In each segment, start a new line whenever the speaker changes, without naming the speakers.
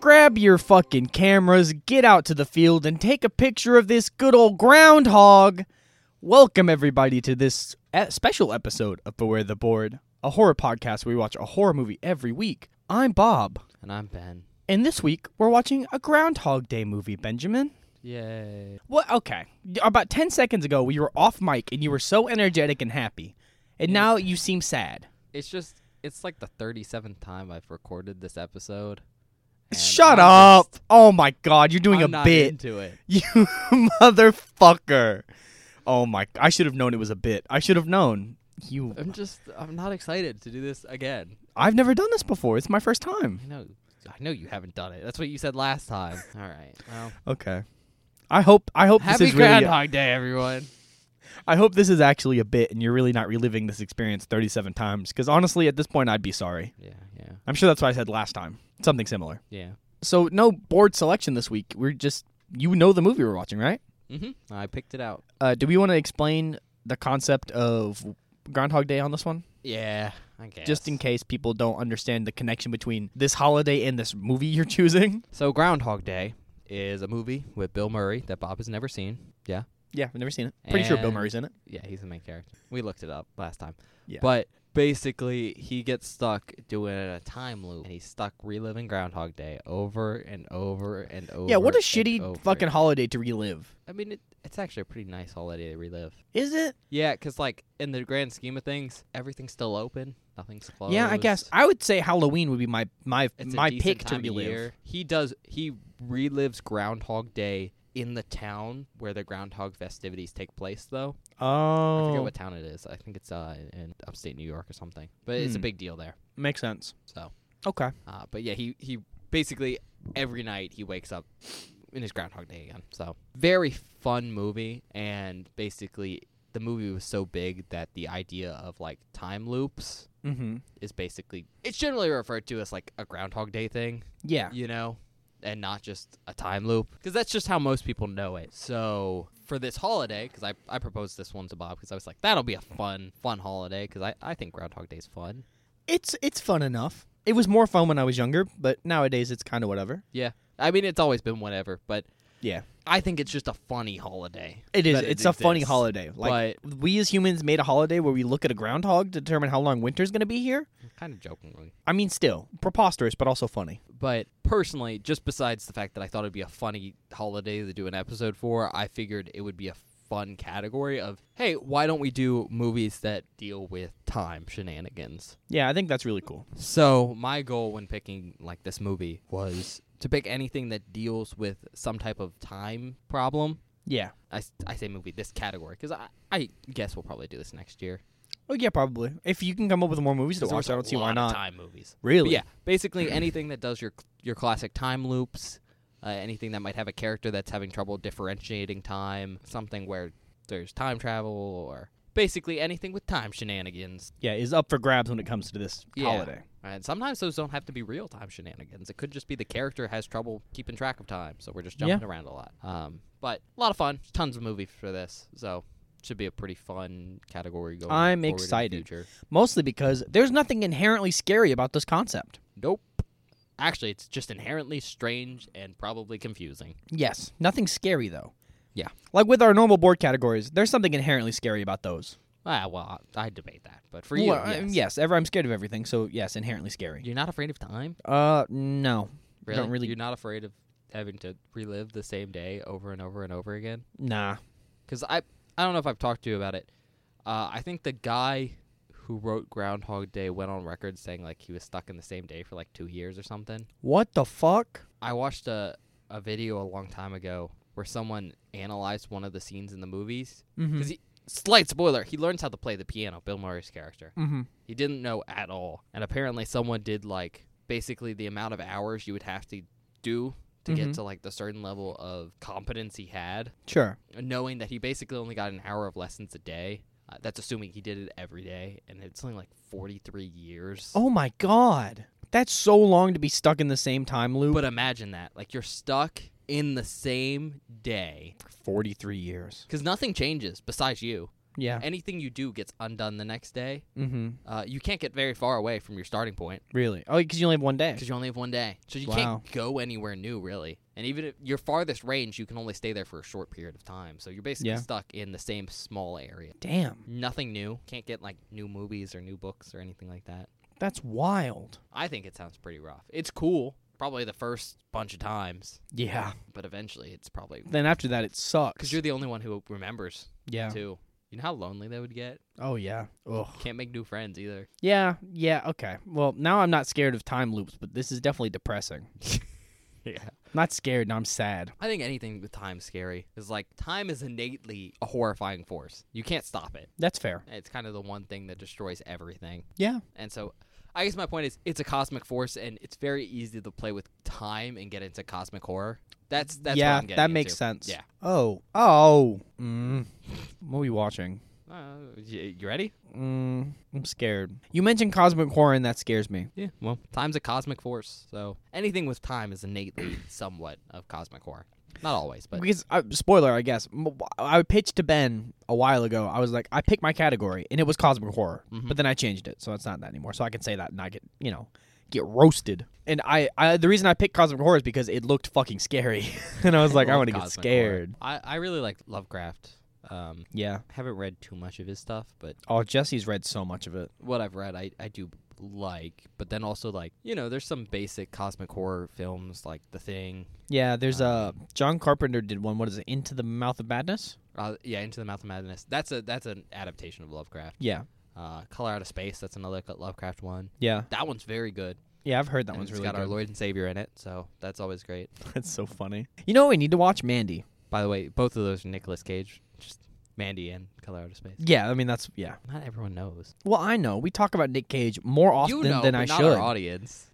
grab your fucking cameras, get out to the field, and take a picture of this good old groundhog. Welcome, everybody, to this e- special episode of Beware the Board, a horror podcast where we watch a horror movie every week. I'm Bob,
And I'm Ben.
and this week we're watching a Groundhog Day movie, Benjamin.
Yay.
What? Okay. About 10 seconds ago, we were off mic and you were so energetic and happy. And now you seem sad.
It's just, it's like the 37th time I've recorded this episode. and
Shut
I'm
up.
just-
Oh my god, you're doing a
I'm not
bit.
into it.
You motherfucker. Oh my I should have known it was a bit. I should have known. You
I'm just, I'm not excited to do this again.
I've never done this before. It's my first time.
I know, I know you haven't done it. That's what you said last time. All right. Well,
Okay. I hope I hope
happy
this is really
Groundhog Day, everyone.
I hope this is actually a bit and you're really not reliving this experience 37 times cuz honestly at this point I'd be sorry.
Yeah, yeah,
I'm sure that's what I said last time. Something similar.
yeah.
So no board selection this week. We're just you know the movie we're watching, right?
Mm-hmm. I picked it out.
Uh, do we want to explain the concept of Groundhog Day on this one,
Yeah, I guess.
just in case people don't understand the connection between this holiday and this movie you're choosing?
So Groundhog Day is a movie with Bill Murray that Bob has never seen. Yeah.
Yeah, I've never seen it. Pretty sure Bill
And-
Murray's in it.
Yeah, he's the main character. We looked it up last time.
Yeah.
But basically, he gets stuck doing a time loop, and he's stuck reliving Groundhog Day over and over and over.
yeah, what a
and
shitty
over.
fucking holiday to relive.
I mean, it, it's actually a pretty nice holiday to relive.
Is it?
Yeah, because like in the grand scheme of things, everything's still open. Nothing's closed.
Yeah, I guess I would say Halloween would be my my
It's
my
a decent
pick to
time of
relive.
year. He does. He relives Groundhog Day in the town where the groundhog festivities take place, though. I forget
Oh,
what town it is. I think it's uh, in upstate New York or something. But it's a
Hmm.
big deal there.
makes sense.
So,
Okay.
uh, but yeah, he he basically every night he wakes up in his Groundhog Day again. So very fun movie, and basically the movie was so big that the idea of like time loops
Mm-hmm.
is basically it's generally referred to as like a Groundhog Day thing,
Yeah.
you know. And not just a time loop, because that's just how most people know it. So for this holiday, because I, I proposed this one to Bob, because I was like, that'll be a fun, fun holiday, because I, I think Groundhog Day's fun.
It's it's fun enough. It was more fun when I was younger, but nowadays it's kind of whatever.
Yeah. I mean, it's always been whatever, but
Yeah.
I think it's just a funny holiday.
It is.
that it
It's a funny
exists.
holiday. Like we as humans made a holiday where we look at a groundhog to determine how long winter's going to be here.
Kind of jokingly.
I mean, still preposterous, but also funny.
But personally, just besides the fact that I thought it'd be a funny holiday to do an episode for, I figured it would be a fun category of, hey, why don't we do movies that deal with time shenanigans?
Yeah, I think that's really cool.
So, my goal when picking like this movie was to pick anything that deals with some type of time problem.
Yeah.
I, s- I say movie, this category, because I, I guess we'll probably do this next year.
Oh yeah, probably. If you can come up with more movies to watch, I don't see why not.
Time movies.
Really?
yeah, basically anything that does your your classic time loops, uh, anything that might have a character that's having trouble differentiating time, something where there's time travel or basically anything with time shenanigans.
Yeah, is up for grabs when it comes to this
Yeah.
holiday.
And sometimes those don't have to be real time shenanigans. It could just be the character has trouble keeping track of time, so we're just
Yeah.
jumping around a lot. Um, but a lot of fun, tons of movies for this, so should be a pretty fun category going.
I'm
forward in the
excited.
future.
Mostly because there's nothing inherently scary about this concept.
Nope. Actually, it's just inherently strange and probably confusing.
Yes, nothing scary though.
Yeah.
Like with our normal board categories, there's something inherently scary about those.
Ah, well, I debate that, but for you,
Well, I-
yes.
yes, ever I'm scared of everything, so yes, inherently scary.
you're not afraid of time.
Uh, no,
Really?
Don't really-
You're not afraid of having to relive the same day over and over and over again.
nah.
Because I, I don't know if I've talked to you about it. Uh, I think the guy who wrote Groundhog Day went on record saying like he was stuck in the same day for like two years or something.
What the fuck?
I watched a a video a long time ago where someone analyzed one of the scenes in the movies.
Mm-hmm.
'Cause he- slight spoiler, he learns how to play the piano. Bill Murray's character.
mm-hmm.
He didn't know at all. And apparently someone did like basically the amount of hours you would have to do to
Mhm.
get to like the certain level of competence he had,
Sure.
knowing that he basically only got an hour of lessons a day. Uh, that's assuming he did it every day and it's only like 43 years.
Oh my god, that's so long to be stuck in the same time loop.
But imagine that. Like you're stuck in the same day
Forty-three years.
cuz nothing changes besides you.
Yeah.
Anything you do gets undone the next day.
mm-hmm.
Uh, you can't get very far away from your starting point
Really? Oh, because you only have one day.
because you only have one day, so you
Wow.
can't go anywhere new really. And even if your farthest range, you can only stay there for a short period of time. So you're basically
Yeah.
stuck in the same small area.
Damn,
Nothing new. Can't get like new movies or new books or anything like that.
that's wild.
I think it sounds pretty rough. It's cool, probably the first bunch of times,
Yeah.
but eventually it's probably
Then after that, it
because
sucks.
you're the only one who remembers
yeah.
too. You know how lonely they would get.
Oh yeah. Ugh.
Can't make new friends either.
Yeah. Yeah. Okay. Well, now I'm not scared of time loops, but this is definitely depressing.
Yeah.
Not scared. Now I'm sad.
I think anything with time's scary is like time is innately a horrifying force. You can't stop it.
That's fair.
It's kind of the one thing that destroys everything.
Yeah.
And so I guess my point is it's a cosmic force and it's very easy to play with time and get into cosmic horror. That's that's
yeah.
what I'm getting
that makes
into.
sense.
Yeah.
Oh. Oh. Mm. What are we watching?
Uh, y- you ready?
Mm, I'm scared. You mentioned cosmic horror, and that scares me.
Yeah, well, time's a cosmic force, so anything with time is innately somewhat of cosmic horror. Not always, but
because uh, spoiler, I guess m- I pitched to Ben a while ago. I was like, I picked my category, and it was cosmic horror,
Mhm.
but then I changed it, so it's not that anymore. So I can say that, and I get you know get roasted. And I, I the reason I picked cosmic horror is because it looked fucking scary, and I was like, I
love
want to get
cosmic
scared.
horror. I, I really like Lovecraft. Um,
Yeah.
haven't read too much of his stuff, but
Oh, Jesse's read so much of it.
what I've read, I, I do like. But then also like you know, there's some basic cosmic horror films like The Thing.
Yeah, there's a uh,
Um,
John Carpenter did one. What is it? Into the Mouth of Madness.
Uh, yeah, Into the Mouth of Madness. That's a that's an adaptation of Lovecraft.
Yeah,
Uh, Color Out of Space. That's another Lovecraft one.
yeah,
That one's very good.
yeah. I've heard that
and
one's
it's
really
got
good.
our Lord and Savior in it, so that's always great.
That's so funny. You know, what we need to watch Mandy.
By the way, both of those are Nicolas Cage, just Mandy and Color Out of Space.
Yeah, I mean that's yeah.
Not everyone knows.
Well, I know. We talk about Nick Cage more often
you know,
than
but
I
not
should.
our audience.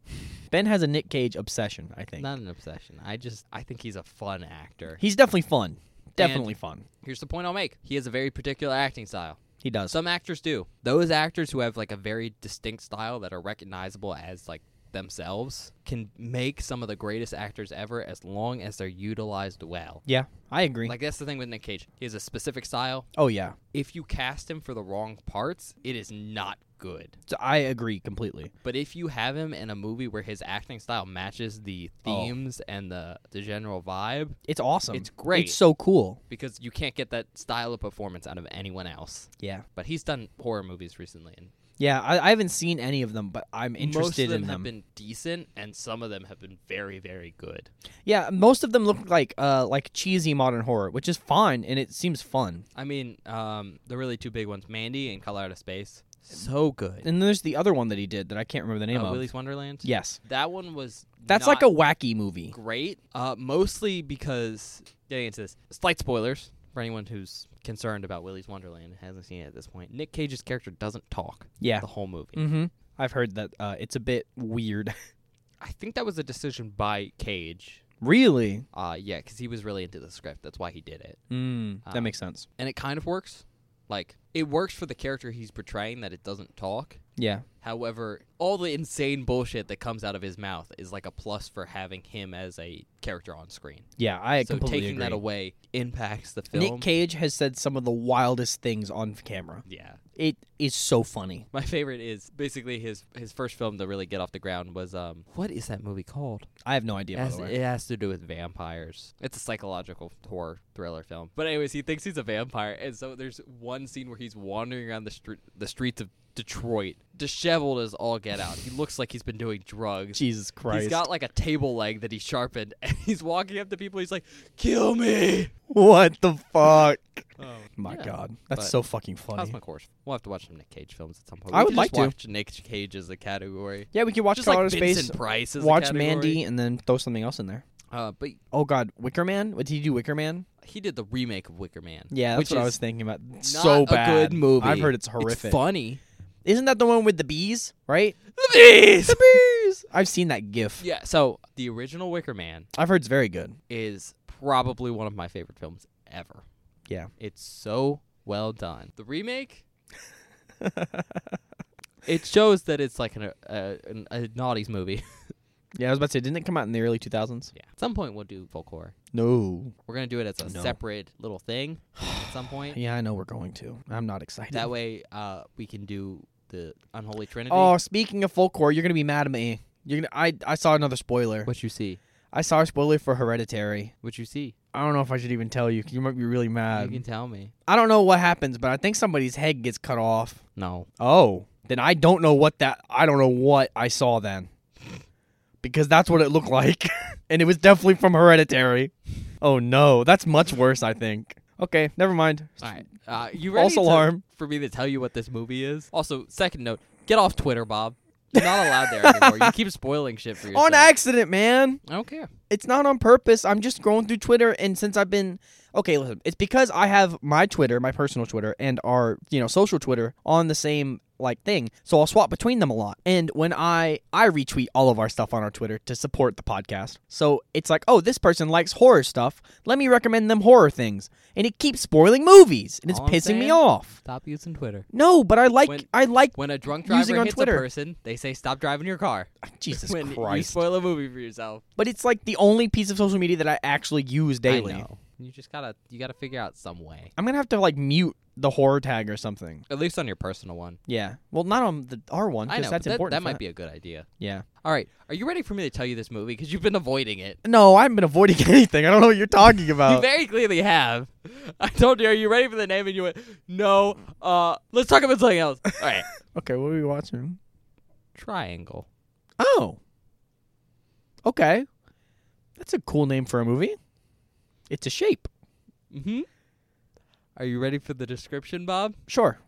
ben has a Nick Cage obsession, I think.
Not an obsession. I just I think he's a fun actor.
He's definitely fun. Definitely fun.
Here's the point I'll make. He has a very particular acting style.
He does.
Some actors do. Those actors who have like a very distinct style that are recognizable as like themselves can make some of the greatest actors ever as long as they're utilized well.
yeah, I agree.
Like that's the thing with Nick Cage. He has a specific style.
oh yeah.
If you cast him for the wrong parts, it is not good.
So I agree completely.
But if you have him in a movie where his acting style matches the
Oh.
themes and the the general vibe,
It's awesome.
It's great.
It's so cool.
because you can't get that style of performance out of anyone else.
Yeah.
But he's done horror movies recently, and
Yeah, I, I haven't seen any of them, but I'm interested
most of them
in
have
them.
been decent, and some of them have been very, very good.
yeah, most of them look like uh like cheesy modern horror, which is fine and it seems fun.
I mean, um, the really two big ones, Mandy and Color Out of Space, so good.
And there's the other one that he did that I can't remember the name
Uh,
of.
Willy's Wonderland.
Yes.
That one was
That's
not
like a wacky movie.
great, uh, mostly because getting into this slight spoilers for anyone who's concerned about Willy's Wonderland and hasn't seen it at this point. Nick Cage's character doesn't talk
Yeah.
the whole movie.
Mhm. I've heard that uh, it's a bit weird.
I think that was a decision by Cage.
really?
Uh, yeah, because he was really into the script. That's why he did it.
Mm, that
Um,
makes sense.
and it kind of works. Like it works for the character he's portraying that it doesn't talk.
Yeah.
However, all the insane bullshit that comes out of his mouth is like a plus for having him as a character on screen.
Yeah, I
so
completely
taking
agree.
that away impacts the film.
Nick Cage has said some of the wildest things on camera.
yeah.
It is so funny.
My favorite is basically his his first film to really get off the ground was um what is that movie called?
I have no idea,
It
by
has,
the way.
it has to do with vampires. It's a psychological horror thriller film. But anyways, he thinks he's a vampire, and so there's one scene where he's wandering around the street, the streets of Detroit, disheveled as all get out. He looks like he's been doing drugs.
Jesus Christ.
He's got like a table leg that he sharpened, and he's walking up to people. He's like, "Kill me!"
what the fuck?
Oh,
My
Yeah.
God. That's
But-
so fucking funny.
Cosmic Horse. We'll have to watch some Nick Cage films at some point.
I
We
would
could
like
just
to.
watch Nick Cage as a category.
yeah, we could watch
Just
Colorado
like
Space,
Vincent Price as a
watch
category.
Mandy, and then throw something else in there.
Uh, but
Oh, God. Wicker Man? What, did he do Wicker Man?
he did the remake of Wicker Man.
Yeah, that's
which
what I
is
was thinking about. so
a
bad.
good movie.
I've heard it's
It's
horrific.
funny.
Isn't that the one with the bees, right?
The bees.
bees! I've seen that gif.
Yeah. So the original Wicker Man
I've heard it's very good.
is probably one of my favorite films ever.
Yeah.
It's so well done. The remake. it shows that it's like an, a, an, a naughty's movie.
Yeah, I was about to say, didn't it come out in the early 2000s?
Yeah. At some point we'll do folk horror.
No.
We're gonna do it as a
No.
separate little thing at some point.
Yeah, I know we're going to. I'm not excited.
That way, uh, we can do the unholy trinity.
Oh, speaking of folk horror, you're gonna be mad at me. You're gonna. I I saw another spoiler.
What you see?
I saw a spoiler for Hereditary.
What you see?
I don't know if I should even tell you. 'cause You might be really
you
mad.
can tell me.
I don't know what happens, but I think somebody's head gets cut off.
No.
Oh, then I don't know what that. I don't know what I saw then, because that's what it looked like, and it was definitely from Hereditary. Oh no, that's much worse. I think. Okay, never mind.
All right. Uh, you ready
False
to-
alarm.
for me to tell you what this movie is? Also, second note: get off Twitter, Bob. You're not allowed there anymore. You keep spoiling shit for yourself.
On accident, man.
I don't care.
it's not on purpose. I'm just scrolling through Twitter, and since I've been okay, listen, it's because I have my Twitter, my personal Twitter, and our you know social Twitter on the same like thing. So I'll swap between them a lot. And when I I retweet all of our stuff on our Twitter to support the podcast, so it's like, oh, this person likes horror stuff. Let me recommend them horror things, and it keeps spoiling movies, and it's
All I'm
pissing me
saying-
off.
Stop using Twitter.
No, but I like
When-
I like
When a drunk driver
Using on
hits
Twitter.
a person, they say stop driving your car.
Jesus
when you
Christ.
spoil a movie for yourself
but it's like the only piece of social media that I actually use daily.
I know. You just gotta you gotta figure out some way.
I'm gonna have to like mute the horror tag or something.
At least on your personal one.
Yeah. Well, not on the R one
I know
because
but
that's
that,
important.
That
for
might be a good idea.
Yeah.
All right, are you ready for me to tell you this movie? Because you've been avoiding it.
No, I've been avoiding anything. I don't know what you're talking
you
about.
very clearly have. I told you, are you ready for the name? And you went, no. Uh, let's talk about something else. All right,
okay, what are we watching?
Triangle.
Oh. Okay. That's a cool name for a movie. It's a shape.
Mm-hmm. Are you ready for the description, Bob?
Sure.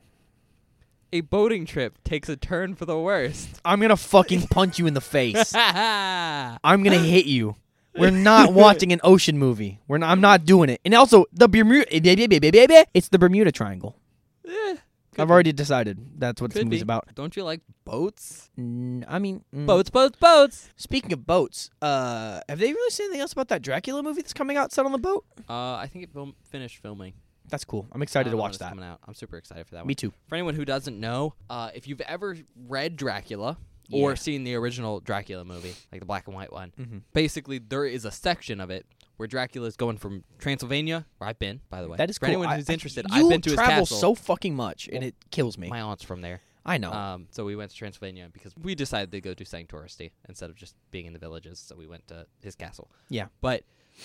A boating trip takes a turn for the worst.
I'm gonna fucking punch you in the face.
Triangle.
I'm gonna hit you. We're not watching an ocean movie. We're not, I'm not doing it. And also the Bermuda. eh, It's the Bermuda Triangle. I've already decided that's what this
Eh, Could
movie's
be.
about.
Don't you like boats? Mm-hmm.
Mm, I mean, mm.
Boats, boats, boats.
Speaking of boats, uh, have they really said anything else about that Dracula movie that's coming out set on the boat?
Uh, I think it film- finished filming.
That's cool. I'm
I
excited
don't
to
know when
watch
it's
that.
Coming out. I'm super excited for that one.
Me too.
For anyone who doesn't know, uh, if you've ever read Dracula or
Yeah.
seen the original Dracula movie, like the black and white one,
Mhm.
basically there is a section of it where Dracula's going from Transylvania, where I've been, by the way.
That is
for
cool.
anyone
I-
who's
I-
interested,
you
I've been to his
travel
castle.
so Oh. fucking much, and it kills me.
my aunt's from there,
I know.
um, so we went to Transylvania because we decided to go do something touristy instead of just being in the villages. So we went to his castle.
Yeah.
but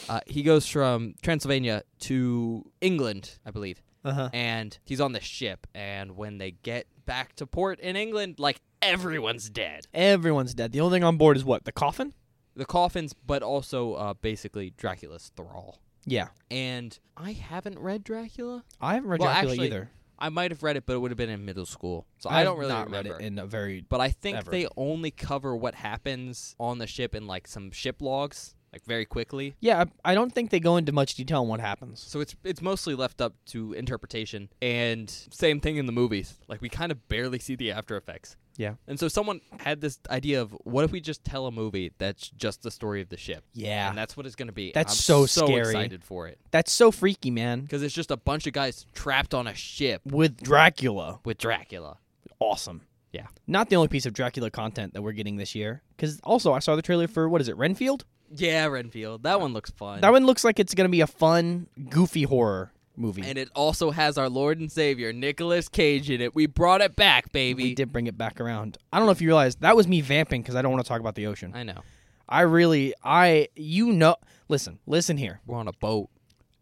uh, he goes from Transylvania to England, I believe,
uh-huh.
and he's on the ship and when they get back to port in england like everyone's dead
Everyone's dead. The only thing on board is what the coffin.
the coffins but also uh, basically dracula's thrall
Yeah,
and i haven't read dracula
I haven't read
Well,
Dracula
actually,
either.
i might have read it but it would have been in middle school so
I've
i don't really
not
remember
read it in a very.
but i think
ever.
they only cover what happens on the ship in like some ship logs like very quickly
Yeah, I, I don't think they go into much detail on what happens.
so it's it's mostly left up to interpretation and same thing in the movies like we kind of barely see the after effects
Yeah.
And so someone had this idea of what if we just tell a movie that's just the story of the ship?
Yeah,
And that's what it's going to be.
That's
I'm
so
so
scary.
excited for it
that's so freaky, man.
because it's just a bunch of guys trapped on a ship
With Dracula,
with Dracula.
awesome.
Yeah.
Not the only piece of Dracula content that we're getting this year, because also I saw the trailer for what is it, Renfield?
Yeah, Renfield. That one looks fun.
That one looks like it's gonna be a fun, goofy horror movie.
and it also has our Lord and Savior Nicolas Cage in it. We brought it back, baby.
we did bring it back around. I don't know if you realize that was me vamping because I don't want to talk about the ocean.
I know.
I really, I you know, listen, listen here.
We're on a boat.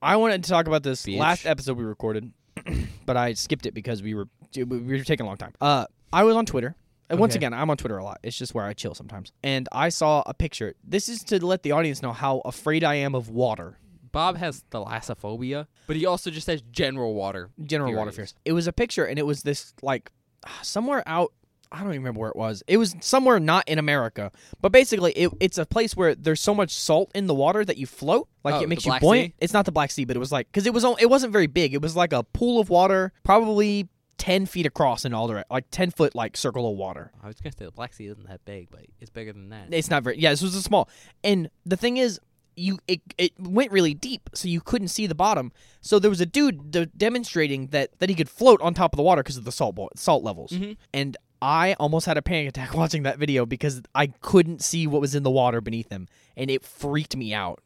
I wanted to talk about this
Bitch.
last episode we recorded, but I skipped it because we were we were taking a long time. Uh, I was on Twitter. And Once
Okay.
again, I'm on Twitter a lot. It's just where I chill sometimes. And I saw a picture. This is to let the audience know how afraid I am of water.
Bob has thalassophobia, but he also just has general water.
general
Here it
water
is.
fears. It was a picture, and it was this like ah, somewhere out. I don't even remember where it was. It was somewhere not in America, but basically, it, it's a place where there's so much salt in the water that you float, like
Oh,
it makes
the
you
Black
buoyant.
Sea?
It's not the Black Sea, but it was like because it was on, it wasn't very big. It was like a pool of water, probably ten feet across in all direct, like ten foot like circle of water.
I was going to say the Black Sea isn't that big, but it's bigger than that.
It's not very. Yeah, this was a small. And the thing is, you it it went really deep, so you couldn't see the bottom. So there was a dude de- demonstrating that that he could float on top of the water because of the salt bo- salt levels.
Mhm.
And I almost had a panic attack watching that video because I couldn't see what was in the water beneath him, and it freaked me out.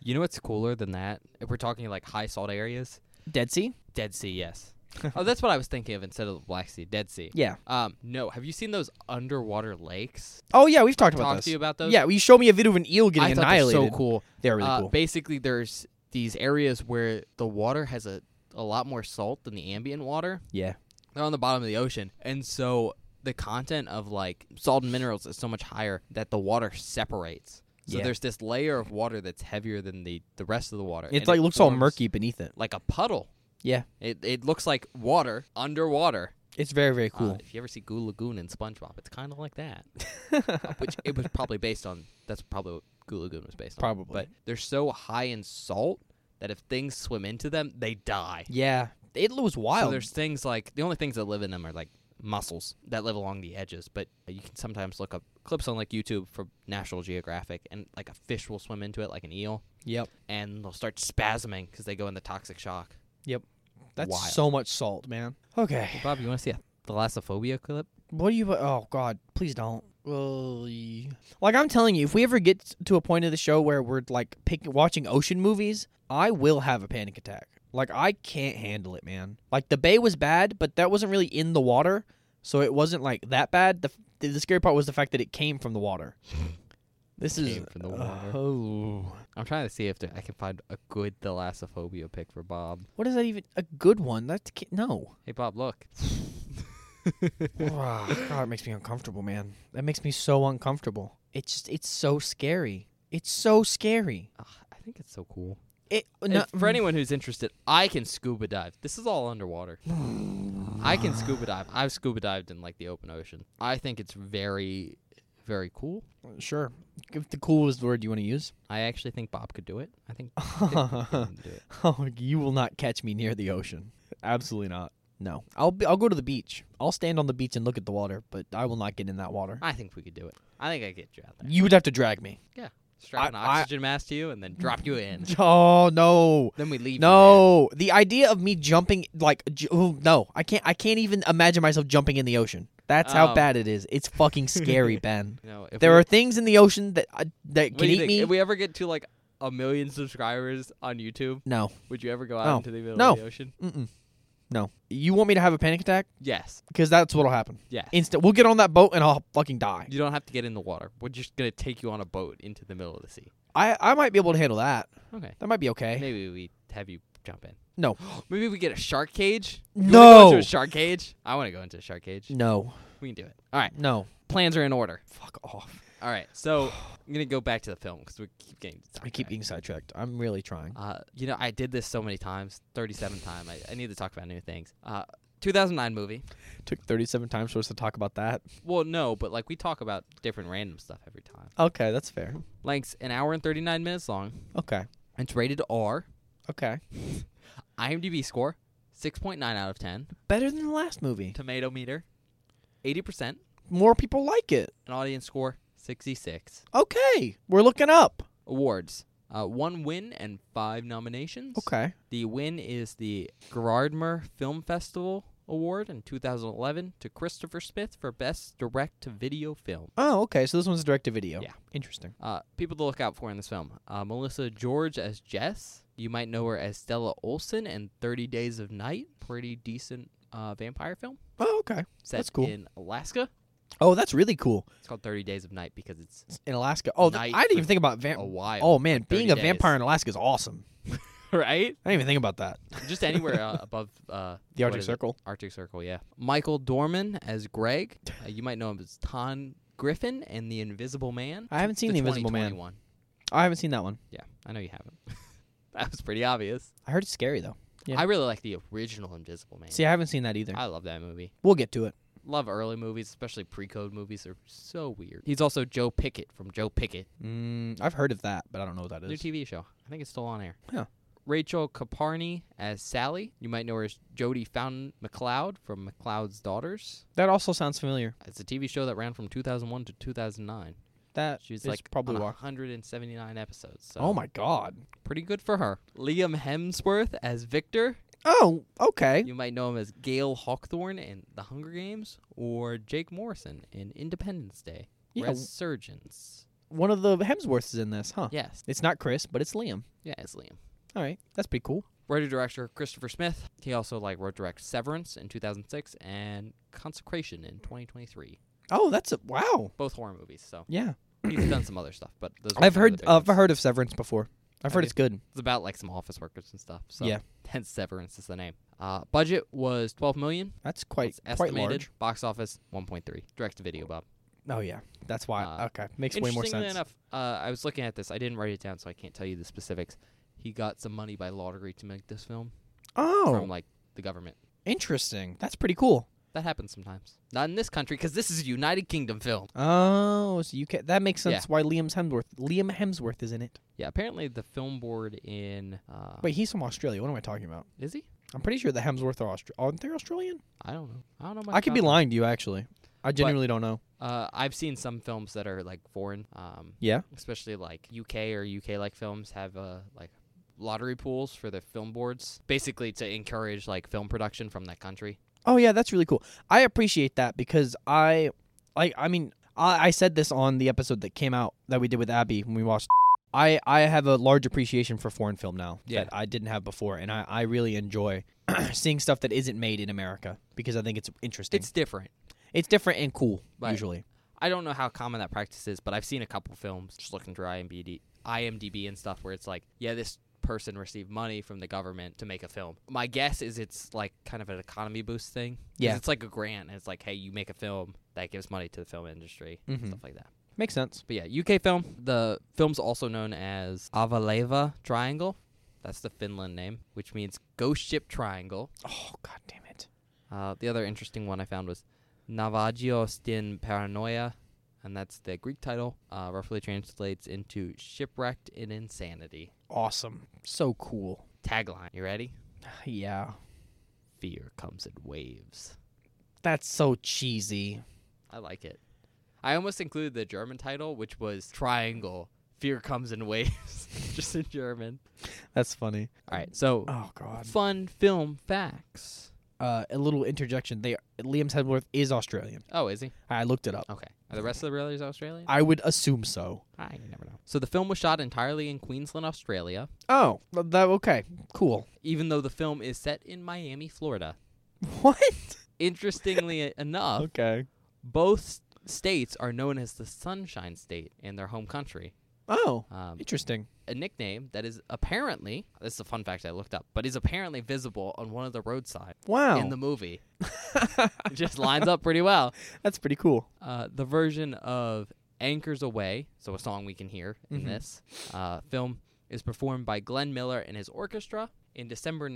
You know what's cooler than that? If we're talking like high salt areas,
Dead Sea?
Dead Sea, yes. oh, that's what I was thinking of instead of the Black Sea, Dead Sea.
Yeah.
Um, no, have you seen those underwater lakes?
Oh yeah, we've talked about
Talk
this.
to you about those.
Yeah, well, you showed me a video of an eel
I
getting
thought they're
annihilated.
so cool.
They're really
Uh,
cool.
Basically, there's these areas where the water has a a lot more salt than the ambient water.
yeah.
They're on the bottom of the ocean, and so the content of like salt and minerals is so much higher that the water separates. So
Yeah.
there's this layer of water that's heavier than the the rest of the water.
It's
and
like
it
looks all
forms
murky beneath it.
like a puddle.
Yeah.
It it looks like water underwater.
It's very very
Uh,
cool.
if you ever see Goo Lagoon in SpongeBob, it's kind of like that. Uh, which it was probably based on. That's probably what Goo Lagoon was based on.
Probably.
But they're so high in salt that if things swim into them, they die.
yeah. It was
So
wild.
there's things like the only things that live in them are like mussels that live along the edges. But you can sometimes look up clips on like YouTube for National Geographic, and like a fish will swim into it, like an eel,
yep.
and they'll start spasming because they go into toxic shock.
That's
wild.
so much salt, man. Okay.
Bob, you want to see a thalassophobia clip?
What do you Oh god, please don't. Well, y- Like I'm telling you, if we ever get to a point of the show where we're like pick, watching ocean movies, I will have a panic attack. Like I can't handle it, man. Like the bay was bad, but that wasn't really in the water, so it wasn't like that bad. The the, the scary part was the fact that it came from the water. This is
Came from the water.
Oh.
I'm trying to see if there, I can find a good thalassophobia pic for Bob.
What is that even a good one? That no.
Hey, Bob, look.
Wow, God, it makes me uncomfortable, man. That makes me so uncomfortable. It's just it's so scary. It's so scary.
Ah, I think it's so cool.
It
And
no,
for anyone who's interested, I can scuba dive. This is all underwater. I can scuba dive. I've scuba dived in like the open ocean. I think it's very, very cool.
mm, Sure. If the coolest word you want to use.
I actually think Bob could do it. I think I
oh,
can do it.
you will not catch me near the ocean. Absolutely not. No. I'll be, I'll go to the beach. I'll stand on the beach and look at the water, but I will not get in that water.
I think we could do it. I think I could get you out there.
You would have to drag me.
Strap
I-
an
I-
oxygen mask to you and then drop you in.
Oh no.
then we leave. you
No, the idea of me jumping like j- oh, no, I can't. I can't even imagine myself jumping in the ocean. That's how
Um.
bad it is. It's fucking scary, Ben.
there. You know, if
There
we-
are things in the ocean that I that
what
can
do you
eat
think?
me.
If we ever get to like a million subscribers on YouTube,
no,
would you ever go out
No.
into the middle
No.
of the ocean?
Mm-mm. no. You want me to have a panic attack?
Yes.
Because that's what'll happen.
Yes.
Instant. We'll get on that boat and I'll fucking die.
You don't have to get in the water. We're just gonna take you on a boat into the middle of the sea.
I I might be able to handle that.
Okay.
That might be okay.
Maybe we have you jump in.
Eh. No.
Maybe we get a shark cage. You wanna Go into
No.
a shark cage. I want to go into a shark cage.
No.
We can do it. All right.
No.
Plans are in order.
Fuck off.
All right. So I'm gonna go back to the film because we keep getting.
I keep e-,
sidetracked.
getting sidetracked. I'm really trying.
Uh, you know, I did this so many times. Thirty-seven time. I, I need to talk about new things. Uh, 2009 movie.
Took 37 times for us to talk about that.
Well, no, but like we talk about different random stuff every time.
Okay, that's fair.
Length's an hour and 39 minutes long.
Okay.
It's rated R.
Okay.
IMDb score 6.9 out of 10.
Better than the last movie.
Tomato meter 80%.
More people like it.
An audience score 66.
Okay. We're looking up.
Awards uh, one win and five nominations.
Okay.
The win is the Gerardmer Film Festival Award in 2011 to Christopher Smith for Best Direct to Video Film.
Oh, okay. So this one's direct to video.
Yeah.
Interesting.
Uh, people to look out for in this film uh, Melissa George as Jess. You might know her as Stella Olson in 30 Days of Night. Pretty decent uh, vampire film
Oh, okay.
set
That's cool.
in Alaska.
Oh, that's really cool.
It's called 30 Days of Night because it's
In Alaska. Oh, th-
Night
I didn't even
for
think about
a
vamp.
while.
Oh man,
30
being a
days.
vampire in Alaska is awesome. Oh.
right?
I didn't even think about that.
Just anywhere uh, above uh,
The
what
Arctic
is it?
Circle.
Arctic Circle, yeah. Michael Dorman as Greg. Uh, you might know him as Ton Griffin and The Invisible Man.
I haven't seen The Invisible Man. Oh,
2021.
I haven't seen that one.
Yeah, I know you haven't. that was pretty obvious.
I heard it's scary though. Yeah.
I really like the original Invisible Man.
See, I haven't seen that either.
I love that movie.
We'll get to it.
Love early movies, especially pre-code movies. They're so weird. He's also Joe Pickett from Joe Pickett,
Mm, I've heard of that, but I don't know what that
new
is.
TV show. I think it's still on air.
Yeah.
Rachel Caparney as Sally. You might know her as Jodie Fountain McLeod from McLeod's Daughters.
That also sounds familiar.
It's a TV show that ran from 2001 to 2009.
That
She's
is
like
probably
on
why.
179 episodes. So
Oh my god.
pretty good for her. Liam Hemsworth as Victor.
Oh, okay.
You might know him as Gail Hawthorne in The Hunger Games or Jake Morrison in Independence Day.
Yeah.
Resurgence.
One of the Hemsworths is in this, huh?
Yes.
It's not Chris, but it's Liam.
Yeah, it's Liam.
All right, that's pretty cool.
Writer director Christopher Smith. He also like wrote direct Severance in 2006 and Consecration in 2023.
Oh, that's a wow.
Both horror movies. So
Yeah,
he's done some other stuff, but those are
I've
some of
heard
the big
I've
ones.
heard of Severance before. I've
Have
heard
you?
it's good.
It's about like some office workers and stuff. So
Yeah.
hence Severance is the name. Uh, budget was 12 million.
That's quite
It's
quite
estimated.
large.
Box office 1.3. Direct to video, Bob.
Oh yeah, that's why.
Uh,
okay, makes way more
Interestingly
sense.
enough, uh, I was looking at this. I didn't write it down, so I can't tell you the specifics. He got some money by lottery to make this film
oh,
from like the government.
interesting. That's pretty cool.
That happens sometimes. Not in this country because this is a United Kingdom film.
Oh, so you can, that makes sense.
Yeah.
Why Liam's Hemsworth? Liam Hemsworth is in it.
Yeah, apparently the film board in uh,
Wait, he's from Australia. What am I talking about?
is he?
I'm pretty sure the Hemsworth are Austra- aren't they Australian?
I don't know. I don't know. Much
I could be
about
lying to you actually. I genuinely don't know.
them. Uh, I've seen some films that are like foreign, um,
Yeah.
especially like UK or UK like films have uh, like lottery pools for their film boards, basically to encourage like film production from that country.
Oh yeah, that's really cool. I appreciate that because I, like, I mean, I, I said this on the episode that came out that we did with Abby when we watched. I I have a large appreciation for foreign film now
Yeah.
that I didn't have before, and I I really enjoy seeing stuff that isn't made in America because I think it's interesting.
It's
It's,
different.
different and cool
Right.
usually.
I don't know how common that practice is, but I've seen a couple films just looking through IMDb, IMDb and stuff where it's like, yeah, this person received money from the government to make a film. My guess is it's like kind of an economy boost thing. 'Cause
Yeah.
it's like a grant. And it's like, hey, you make a film that gives money to the film industry,
Mhm.
stuff like that.
Makes sense.
But yeah, UK film. The film's also known as Avaleva Triangle. That's the Finland name, which means ghost ship triangle.
Oh god damn it!
Uh, the other interesting one I found was Navagiostin Paranoia, and that's the Greek title. Uh, roughly translates into shipwrecked in insanity.
Awesome. So cool.
Tagline, you ready?
Yeah.
Fear comes in waves.
That's so cheesy.
I like it. I almost included the German title, which was Triangle. Fear comes in waves, just in German.
That's funny.
All right, so
Oh god.
fun film facts.
Uh, a little interjection. They Liam Hemsworth is Australian.
Oh, is he?
I looked it up.
Okay. Are the rest of the brothers Australian?
I would assume so.
I you never know. So the film was shot entirely in Queensland, Australia.
Oh, that okay, cool.
even though the film is set in Miami, Florida.
What?
Interestingly enough,
Okay.
both s- states are known as the Sunshine State in their home country.
Oh,
Um,
interesting.
a nickname that is apparently, this is a fun fact I looked up, but is apparently visible on one of the roadside
Wow,
in the movie. it just lines up pretty well.
that's pretty cool.
Uh, the version of Anchors Away, so a song we can hear in
Mhm.
this uh, film, is performed by Glenn Miller and his orchestra. In December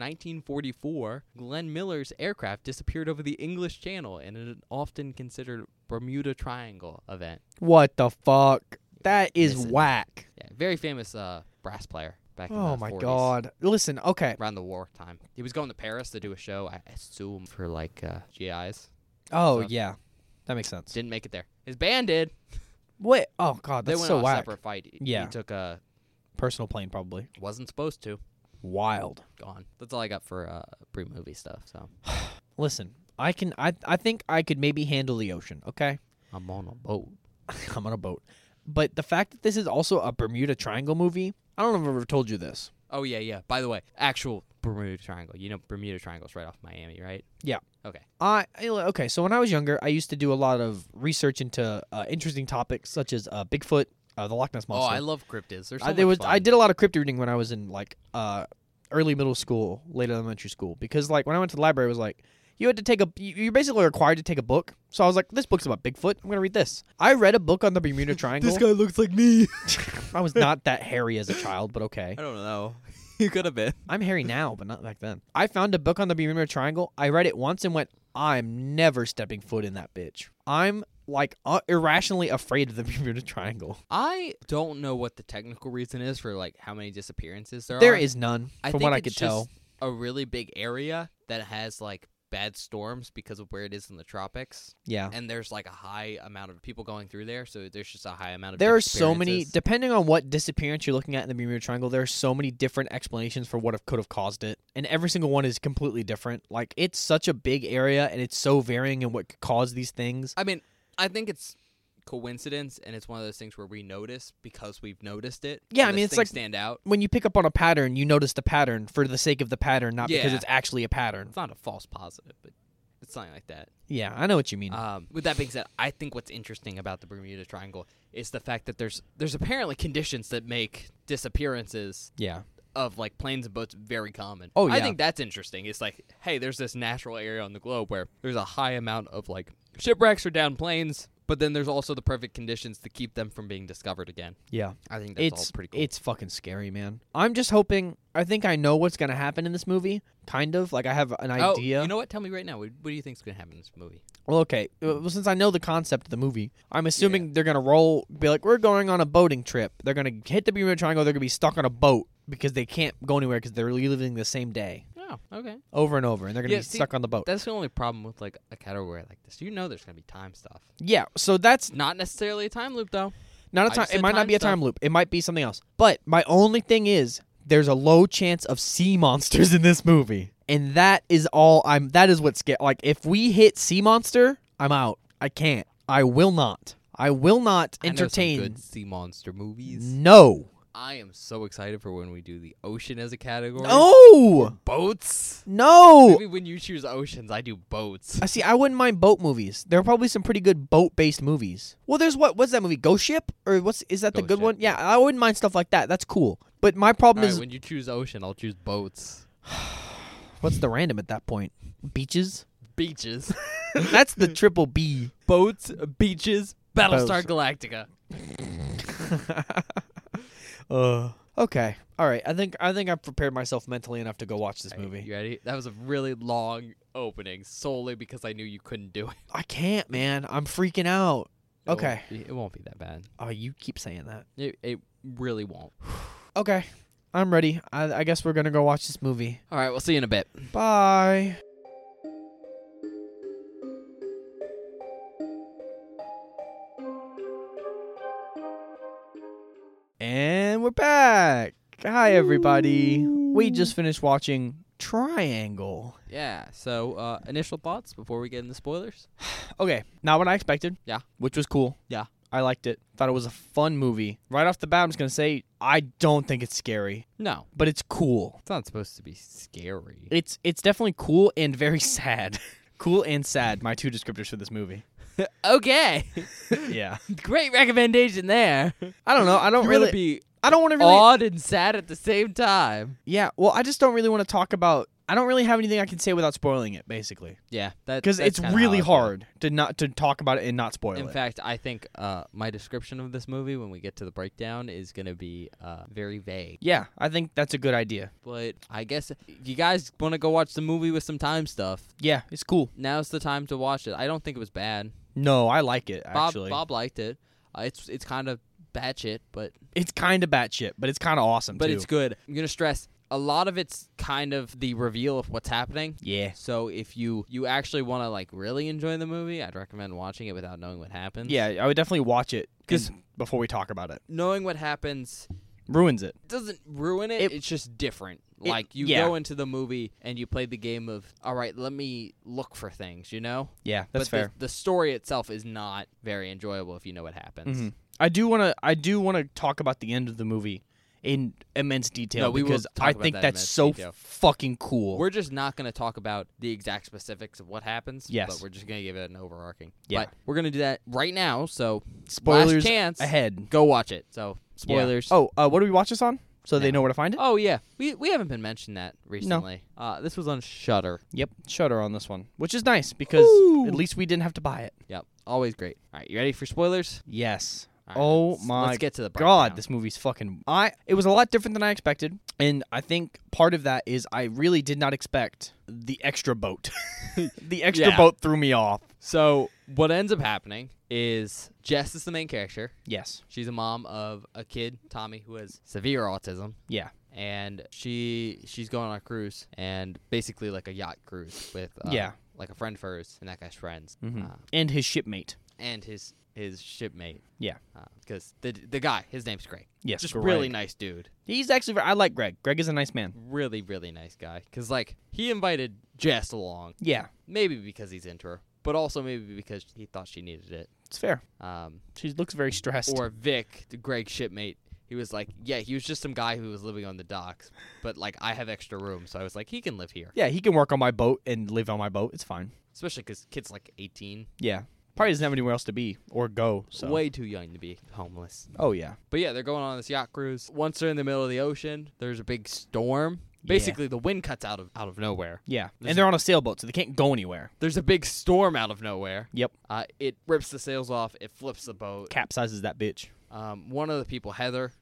1944, Glenn Miller's aircraft disappeared over the English Channel in an often considered Bermuda Triangle event.
What the fuck? That is
Listen.
whack.
Yeah, very famous uh, brass player back in the
Oh my
40s,
god. Listen, okay.
Around the war time. He was going to Paris to do a show, I assume, for like uh, GIs.
Oh
So-
yeah, that makes sense.
Didn't make it there. His band did.
What? Oh god,
They
that's
went
so
on a
whack.
separate fight.
Yeah.
He took a,
Personal plane, probably.
wasn't supposed to.
Wild.
gone. That's all I got for uh, pre-movie stuff. So
Listen, I can. I I think I could maybe handle the ocean. Okay.
I'm on a boat.
I'm on a boat. But the fact that this is also a Bermuda Triangle movie, I don't know if I've ever told you this.
Oh yeah, yeah. By the way, actual Bermuda Triangle. You know Bermuda Triangle's right off Miami, right?
Yeah.
Okay.
I I- okay. So when I was younger, I used to do a lot of research into uh, interesting topics such as uh, Bigfoot, uh, the Loch Ness
Oh,
monster.
I love cryptids. There's so
I, there was I did a lot of crypt reading when I was in like uh, early middle school, late elementary school, because like when I went to the library, it was like you had to take a you- you're basically required to take a book. So I was like, this book's about Bigfoot. I'm gonna read this. I read a book on the Bermuda Triangle.
guy looks like me.
I was not that hairy as a child, but okay.
I don't know. you could have been.
I'm hairy now, but not back then. I found a book on the Bermuda Triangle. I read it once and went, I'm never stepping foot in that bitch. I'm like uh, irrationally afraid of the Bermuda Triangle.
I don't know what the technical reason is for like how many disappearances there,
There
are.
is none,
I
from
think
what I
it's
could
just
tell.
a really big area that has like bad storms because of where it is in the tropics.
Yeah.
And there's like a high amount of people going through there, so there's just a high amount of
There are so many,
disappearances.
depending on what disappearance you're looking at in the Bermuda Triangle, there are so many different explanations for what have, could have caused it. And every single one is completely different. Like, it's such a big area and it's so varying in what could cause these things.
I mean, I think it's coincidence and it's one of those things where we notice because we've noticed it.
Yeah,
so
I mean,
this
it's
thing
like-
stand out.
When you pick up on a pattern, you notice the pattern for the sake of the pattern, not because
Yeah.
it's actually a pattern.
It's not a false positive, but it's something like that.
Yeah, I know what you mean.
Um, with that being said, I think what's interesting about the Bermuda Triangle is the fact that there's there's apparently conditions that make disappearances
yeah.
of like planes and boats very common.
Oh,
I
yeah.
think that's interesting. It's like, hey, there's this natural area on the globe where there's a high amount of like shipwrecks or down planes, but then there's also the perfect conditions to keep them from being discovered again.
Yeah.
I think that's
It's
all pretty cool.
it's fucking scary, man. I'm just hoping. I think I know what's gonna happen in this movie, kind of. Like I have an
Oh,
idea.
you know what? Tell me right now. What, what do you think's going to happen in this movie?
Well, okay. Uh, Well, since I know the concept of the movie, I'm assuming they're gonna roll, be like, we're going on a boating trip. They're gonna hit the Bermuda Triangle. They're gonna be stuck on a boat because they can't go anywhere because they're reliving the same day
Oh, okay.
over and over, and they're gonna
Yeah,
be
see,
stuck on the boat.
That's the only problem with like a category like this. You know, there's going to be time stuff.
yeah. So that's
Not necessarily a time loop though.
not
I
a time.
just
It
said
might not
time
be a
stuff.
time loop. It might be something else. But my only thing is, there's a low chance of sea monsters in this movie, and that is all I'm. That is what's scared. Like if we hit sea monster, I'm out. I can't. I will not. I will not
I know some
entertain.
good sea monster movies.
No.
I am so excited for when we do the ocean as a category.
No,
boats.
no.
Maybe when you choose oceans, I do boats.
I see. I wouldn't mind boat movies. There are probably some pretty good boat-based movies. Well, there's what? What's that movie? Ghost Ship? Or what's? Is that the
Ghost
good
Ship.
one? Yeah, I wouldn't mind stuff like that. That's cool. But my
All
problem
right,
is,
when you choose ocean, I'll choose boats,
what's the random at that point? Beaches.
beaches,
That's the triple B.
boats, beaches, Battlestar
Boats.
Galactica.
uh. Okay. All right. I think I think I've prepared myself mentally enough to go watch this
All right,
movie.
You ready? That was a really long opening solely because I knew you couldn't do it.
I can't, man. I'm freaking out.
It won't
Okay.
be- it won't be that bad.
Oh, you keep saying that.
It, it really won't.
Okay. I'm ready. I, I guess we're gonna go watch this movie.
All right, we'll see you in a bit.
Bye. And we're back. Hi, everybody. We just finished watching Triangle.
Yeah. So, uh, initial thoughts before we get into spoilers.
Okay, not what I expected.
Yeah.
Which was cool.
Yeah.
I liked it. Thought it was a fun movie. Right off the bat, I'm just going to say I don't think it's scary,
No,
but it's cool.
it's not supposed to be scary.
It's it's definitely cool and very sad. cool and sad, my two descriptors for this movie.
okay,
Yeah.
great recommendation there.
I don't know. I don't
You're
really.
gonna be
I don't want to really.
awed and sad at the same time.
yeah. Well, I just don't really want to talk about. I don't really have anything I can say without spoiling it, basically,
Yeah, that
because
that's
it's
kinda
really
how I feel.
hard to not to talk about it and not spoil
In
it.
fact, I think uh, my description of this movie when we get to the breakdown is gonna be uh, very vague.
yeah, I think that's a good idea.
But I guess if you guys want to go watch the movie with some time stuff.
Yeah, it's cool.
Now's the time to watch it. I don't think it was bad.
No, I like it
Bob
actually.
Bob liked it. Uh, it's it's kind of batshit, but
It's kind of batshit, but it's kind of awesome
but
too.
it's good. I'm gonna stress a lot of it's kind of the reveal of what's happening.
yeah,
So if you you actually want to like really enjoy the movie, I'd recommend watching it without knowing what happens.
yeah. I would definitely watch it
'Cause-
in- before we talk about it
knowing what happens
ruins it.
doesn't ruin it.
It-
it's just different.
it-
like you
yeah.
go into the movie and you play the game of all right, let me look for things. You know,
Yeah, that's
but
fair.
The, the story itself is not very enjoyable if you know what happens.
Mhm. I do want to. I do want to talk about the end of the movie in immense detail
No, we will
because
talk
I
about
think
that in
that's
immense
so
detail.
fucking cool.
We're just not going to talk about the exact specifics of what happens.
Yes.
But we're just going to give it an overarching.
Yeah.
But we're going to do that right now. So
Spoilers
last chance.
ahead.
Go watch it. So
Yeah.
spoilers.
Oh, uh, what do we watch this on? So they
Yeah.
know where to find it.
Oh yeah, we we haven't been mentioned that recently. Uh, this was on Shutter.
Yep, Shutter on this one, which is nice because
Ooh.
at least we didn't have to buy it.
Yep, always great. All right, you ready for spoilers?
Yes.
All right,
Oh
let's-
my
Let's get to the
God,
breakdown.
this movie's fucking. I it was a lot different than I expected, and I think part of that is I really did not expect the extra boat. the extra
Yeah.
boat threw me off.
So what ends up happening is Jess is the main character.
Yes.
She's a mom of a kid, Tommy, who has severe autism.
Yeah.
and she she's going on a cruise and basically like a yacht cruise with uh,
Yeah. Mm-hmm.
like a friend of hers and that guy's friends uh,
and his shipmate.
and his his shipmate
Yeah.
because the the guy his name's Greg
Yes,
just
Greg.
really nice dude
He's actually. I like Greg. Greg is a nice man.
really really nice guy because like he invited Jess along
Yeah,
maybe because he's into her but also maybe because he thought she needed it
it's fair.
um
She looks very stressed.
or Vic, the Greg shipmate. He was like, yeah, he was just some guy who was living on the docks, but like I have extra room, so I was like, he can live here,
yeah, he can work on my boat and live on my boat. It's fine.
especially because kid's like 18,
Yeah, probably doesn't have anywhere else to be or go. So.
way too young to be homeless.
Oh yeah.
But yeah, they're going on this yacht cruise. Once they're in the middle of the ocean, there's a big storm. Basically, the wind cuts out of out of nowhere.
Yeah,
This-
and they're on a sailboat, so they can't go anywhere.
There's a big storm out of nowhere.
Yep.
Uh, it rips the sails off. It flips the boat.
Capsizes that bitch.
Um, one of the people, Heather,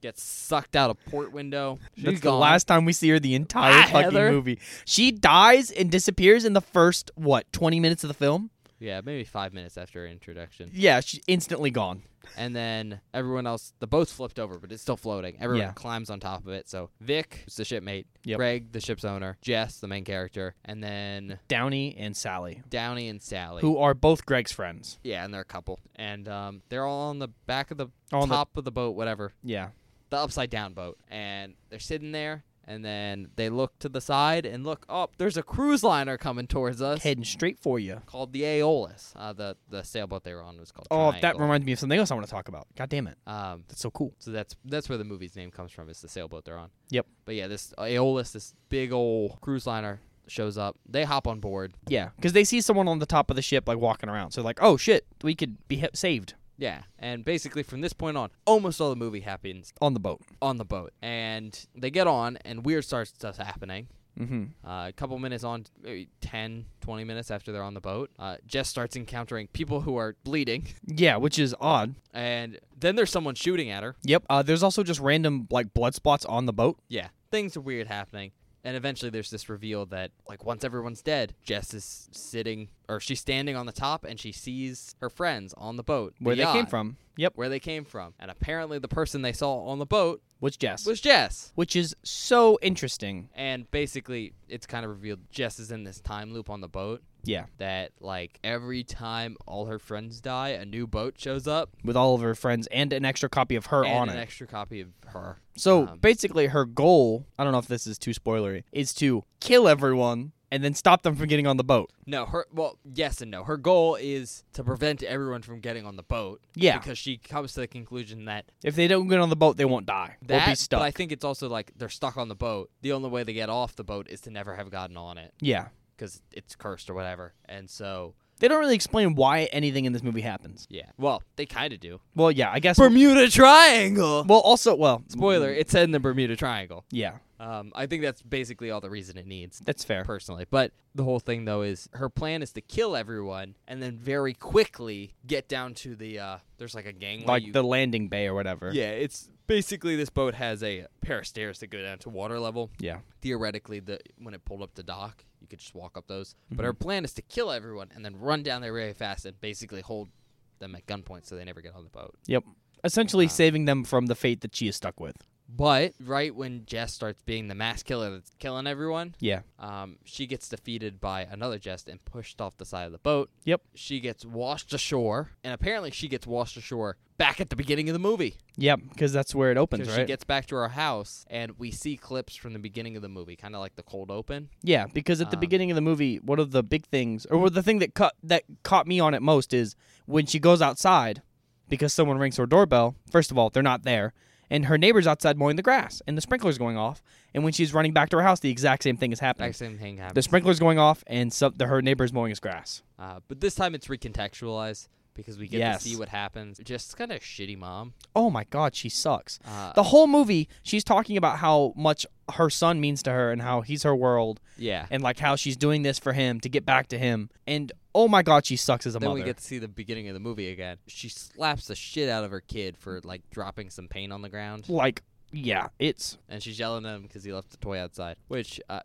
gets sucked out a port window. She's
That's the
gone.
last time we see her the entire
Bye,
fucking
Heather.
movie. She dies and disappears in the first what twenty minutes of the film.
Yeah, maybe five minutes after her introduction.
Yeah, she's instantly gone.
and then everyone else the boat's flipped over but it's still floating everyone
Yeah.
climbs on top of it so vic who's the shipmate
Yep.
greg the ship's owner jess the main character and then
Downey and Sally,
downey and sally
who are both Greg's friends.
yeah and they're a couple and um, they're all on the back of the
On the-
top of the boat whatever
Yeah,
the upside down boat and they're sitting there and then they look to the side and look up there's a cruise liner coming towards us
heading straight for you.
called the aeolus uh, the, the sailboat they were on was called
Oh, that
Triangle.
reminds me of something else I want to talk about. God damn it,
um,
that's so cool.
So that's that's where the movie's name comes from. It's the sailboat they're on.
Yep.
But yeah, this Aeolus, this big old cruise liner, shows up. They hop on board.
Yeah, because they see someone on the top of the ship like walking around, so like, oh shit, we could be he- saved
Yeah. And basically, from this point on, almost all the movie happens
on the boat.
on the boat. And they get on, and weird starts stuff's happening.
Mm-hmm.
Uh, a couple minutes on, maybe 10, 20 minutes after they're on the boat, uh, Jess starts encountering people who are bleeding,
Yeah, which is odd.
and then there's someone shooting at her.
Yep. Uh, there's also just random like blood spots on the boat.
Yeah, things are weird happening. And eventually there's this reveal that like once everyone's dead, Jess is sitting or she's standing on the top and she sees her friends on the boat. the
Where they came
yacht,
from? Yep.
Where they came from. And apparently the person they saw on the boat
Which Jess?
was Jess.
which is so interesting.
And basically it's kind of revealed Jess is in this time loop on the boat
Yeah,
that like every time all her friends die, a new boat shows up
with all of her friends and an extra copy of her
and
on
an
it.
extra copy of her.
so
um,
basically, her goal I don't know if this is too spoilery is to kill everyone and then stop them from getting on the boat.
No, her well, yes and no. Her goal is to prevent everyone from getting on the boat.
Yeah.
because she comes to the conclusion that
If they don't get on the boat, they won't die.
that.
or be stuck.
But I think it's also like they're stuck on the boat. The only way they get off the boat is to never have gotten on it
yeah.
because it's cursed or whatever. And so,
They don't really explain why anything in this movie happens.
yeah. Well, they kind of do.
Well, yeah, I guess.
Bermuda Triangle.
well, also, well,
Spoiler: It's in the Bermuda Triangle.
Yeah,
Um, I think that's basically all the reason it needs.
that's fair.
personally. But the whole thing though is her plan is to kill everyone and then very quickly get down to the uh there's like a gangway.
like
you-
the landing bay or whatever.
Yeah, it's basically this boat has a pair of stairs that go down to water level.
Yeah.
Theoretically the when it pulled up the dock, you could just walk up those. But her plan is to kill everyone and then run down there really fast and basically hold them at gunpoint so they never get on the boat.
Yep. Essentially,
Ah.
saving them from the fate that she is stuck with.
But right when Jess starts being the mass killer that's killing everyone,
Yeah.
Um, she gets defeated by another jest and pushed off the side of the boat.
Yep.
She gets washed ashore, and apparently she gets washed ashore back at the beginning of the movie.
Yep. Because that's where it opens,
Because
right?
she gets back to her house, and we see clips from the beginning of the movie, kind of like the cold open.
Yeah, because at the
Um,
beginning of the movie, one of the big things, or well, the thing that cut that caught me on it most is when she goes outside because someone rings her doorbell. First of all, they're not there, and her neighbor's outside mowing the grass, and the sprinkler's going off. And when she's running back to her house, the exact same thing is happening.
Exact same thing
The
happens.
sprinkler's going off, and some, the, her neighbor's mowing his grass.
Uh, but this time it's recontextualized because we get
Yes.
to see what happens. Just kind of shitty mom.
Oh my God, she sucks.
Uh,
The whole movie, she's talking about how much her son means to her and how he's her world,
yeah.
and like how she's doing this for him to get back to him. And oh my God, she sucks as a
then
mother.
we get to see the beginning of the movie again. She slaps the shit out of her kid for like dropping some paint on the ground,
like, yeah, it's
and she's yelling at him because he left the toy outside. Which uh,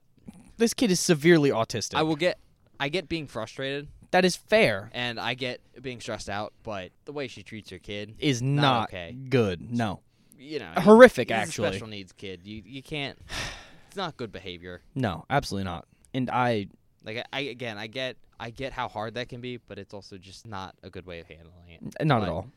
this kid is severely autistic.
I will get. I get being frustrated
that is fair.
and I get being stressed out, but the way she treats her kid,
Is not,
Not okay.
good. No.
you know, he's-
horrific,
he's a
actually.
special needs kid. You you can't. It's not good behavior.
No, absolutely not. And I
Like I, I again, I get I get how hard that can be, but it's also just not a good way of handling it.
not at
But-
all.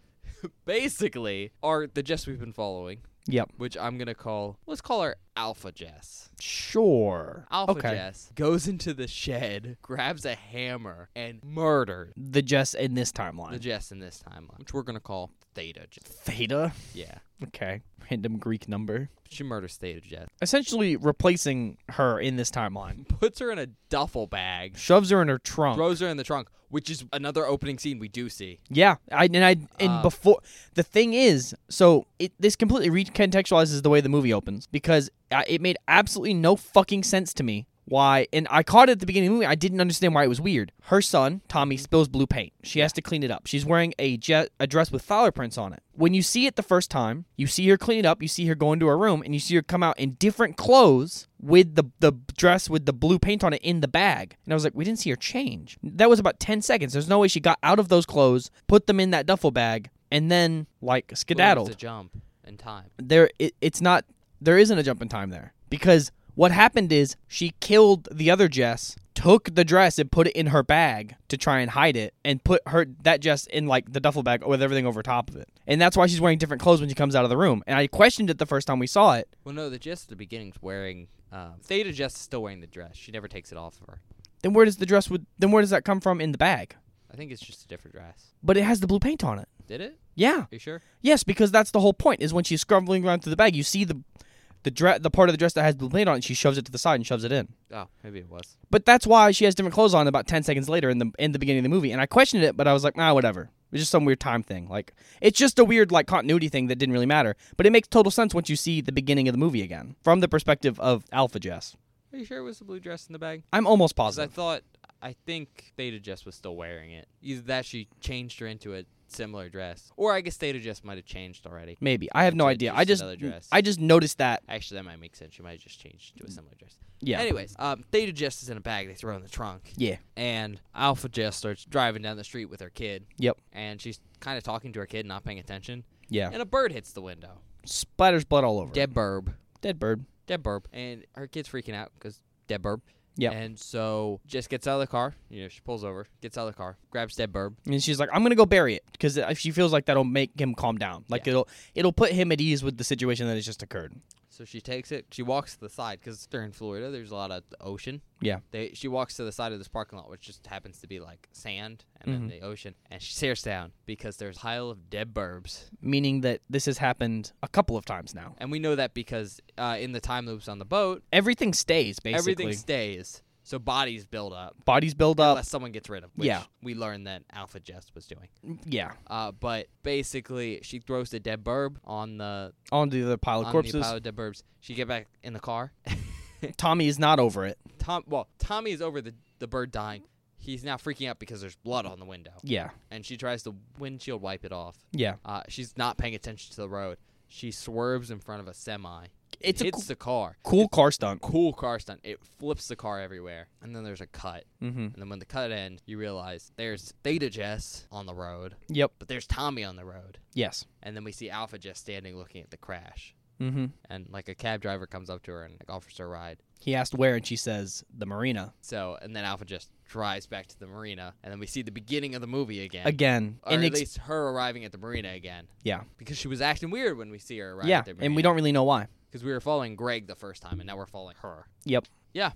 Basically, are the Jess we've been following,
Yep.
which I'm gonna call let's call her Alpha Jess.
Sure.
Alpha
okay.
Jess goes into the shed, grabs a hammer, and murders
The Jess in this
the
timeline.
Jess in this timeline, which we're gonna call Theta Jess.
Theta.
Yeah,
Okay. Random Greek number.
she murders Theta Jess,
Essentially replacing her in this timeline.
puts her in a duffel bag,
Shoves her in her trunk.
throws her in the trunk, which is another opening scene we do see.
Yeah, I and I and
Uh,
before the thing is, so it this completely recontextualizes the way the movie opens because I, it made absolutely no fucking sense to me why. And I caught it at the beginning of the movie. I didn't understand why it was weird. Her son Tommy spills blue paint. She has to clean it up. She's wearing a je- a dress with flower prints on it. When you see it the first time, you see her clean it up. You see her go into her room, and you see her come out in different clothes with the the dress with the blue paint on it in the bag. And I was like, we didn't see her change. That was about 10 seconds. There's no way she got out of those clothes, put them in that duffel bag, and then like
Daddled.
skedaddled.
To jump in time.
There it, it's not there isn't a jump in time there because what happened is she killed the other Jess, took the dress and put it in her bag to try and hide it and put her that Jess in like the duffel bag with everything over top of it. And that's why she's wearing different clothes when she comes out of the room. And I questioned it the first time we saw it.
Well, no, the Jess at the beginning's wearing. Um, Theta Jess is still wearing the dress. She never takes it off of her.
Then where does the dress would then where does that come from in the bag?
I think it's just a different dress.
But it has the blue paint on it.
Did it?
Yeah.
Are you sure?
Yes, because that's the whole point. Is when she's scrumbling around through the bag, you see the the dress, the part of the dress that has blue paint on it. And she shoves it to the side and shoves it in.
Oh, maybe it was.
But that's why she has different clothes on about ten seconds later in the in the beginning of the movie. And I questioned it, but I was like, nah, whatever. It's just some weird time thing. Like it's just a weird like continuity thing that didn't really matter. But it makes total sense once you see the beginning of the movie again from the perspective of Alpha Jess.
Are you sure it was the blue dress in the bag?
I'm almost
Because I
positive.
thought, I think Theta Jess was still wearing it. Either that she changed her into a similar dress, or I guess Theta Jess might have changed already.
Maybe I have no
It's
idea.
just
I just
another dress.
I just noticed that.
Actually, that might make sense. She might have just changed to a similar dress.
Yeah.
Anyways, um, Theta Jess is in a bag they throw in the trunk.
Yeah.
And Alpha Jess starts driving down the street with her kid.
Yep.
And she's kind of talking to her kid, not paying attention.
Yeah.
And a bird hits the window.
Splatters blood all over. it.
Dead burb.
Dead bird.
Dead burb. And her kid's freaking out because dead burb.
Yep.
And so Jess gets out of the car. You know, she pulls over, gets out of the car, grabs dead burb.
And she's like, "I'm gonna go bury it because she feels like that'll make him calm down. Like
Yeah.
it'll it'll put him at ease with the situation that has just occurred."
So she takes it. She walks to the side because they're in Florida. There's a lot of ocean.
Yeah.
They, she walks to the side of this parking lot, which just happens to be like sand and
Mm-hmm.
then the ocean. And she stares down because there's a pile of dead burbs.
Meaning that this has happened a couple of times now.
And we know that because uh, in the time loops on the boat,
Everything stays basically.
everything stays. So bodies build up
Bodies build up.
unless someone gets rid of. Which
yeah.
We learned that Alpha Jest was doing.
yeah,
Uh, but basically, she throws the dead burb on the
onto the pile of
on the
Oh, corpses.
pile of dead burbs. She get back in the car.
Tommy is not over it.
Tom, well, Tommy is over the the bird dying. He's now freaking out because there's blood on the window,
Yeah,
and she tries to windshield wipe it off.
yeah.
Uh, she's not paying attention to the road. She swerves in front of a semi.
It's a
hits
cool,
the car.
cool car stunt.
Cool car stunt. It flips the car everywhere, and then there's a cut.
Mm-hmm.
And then when the cut ends, you realize there's Theta Jess on the road,
Yep.
but there's Tommy on the road.
Yes.
And then we see Alpha Jess standing looking at the crash.
Mm-hmm.
And like a cab driver comes up to her and like, offers her a ride.
He asked where, and she says the marina
So and then Alpha just drives back to the marina, and then we see the beginning of the movie again.
again.
or
and
at
ex-
least her arriving at the marina again,
yeah,
because she was acting weird when we see her arrive.
yeah.
at the marina.
And we don't really know why.
because we were following Greg the first time, and now we're following her.
Yep.
Yeah,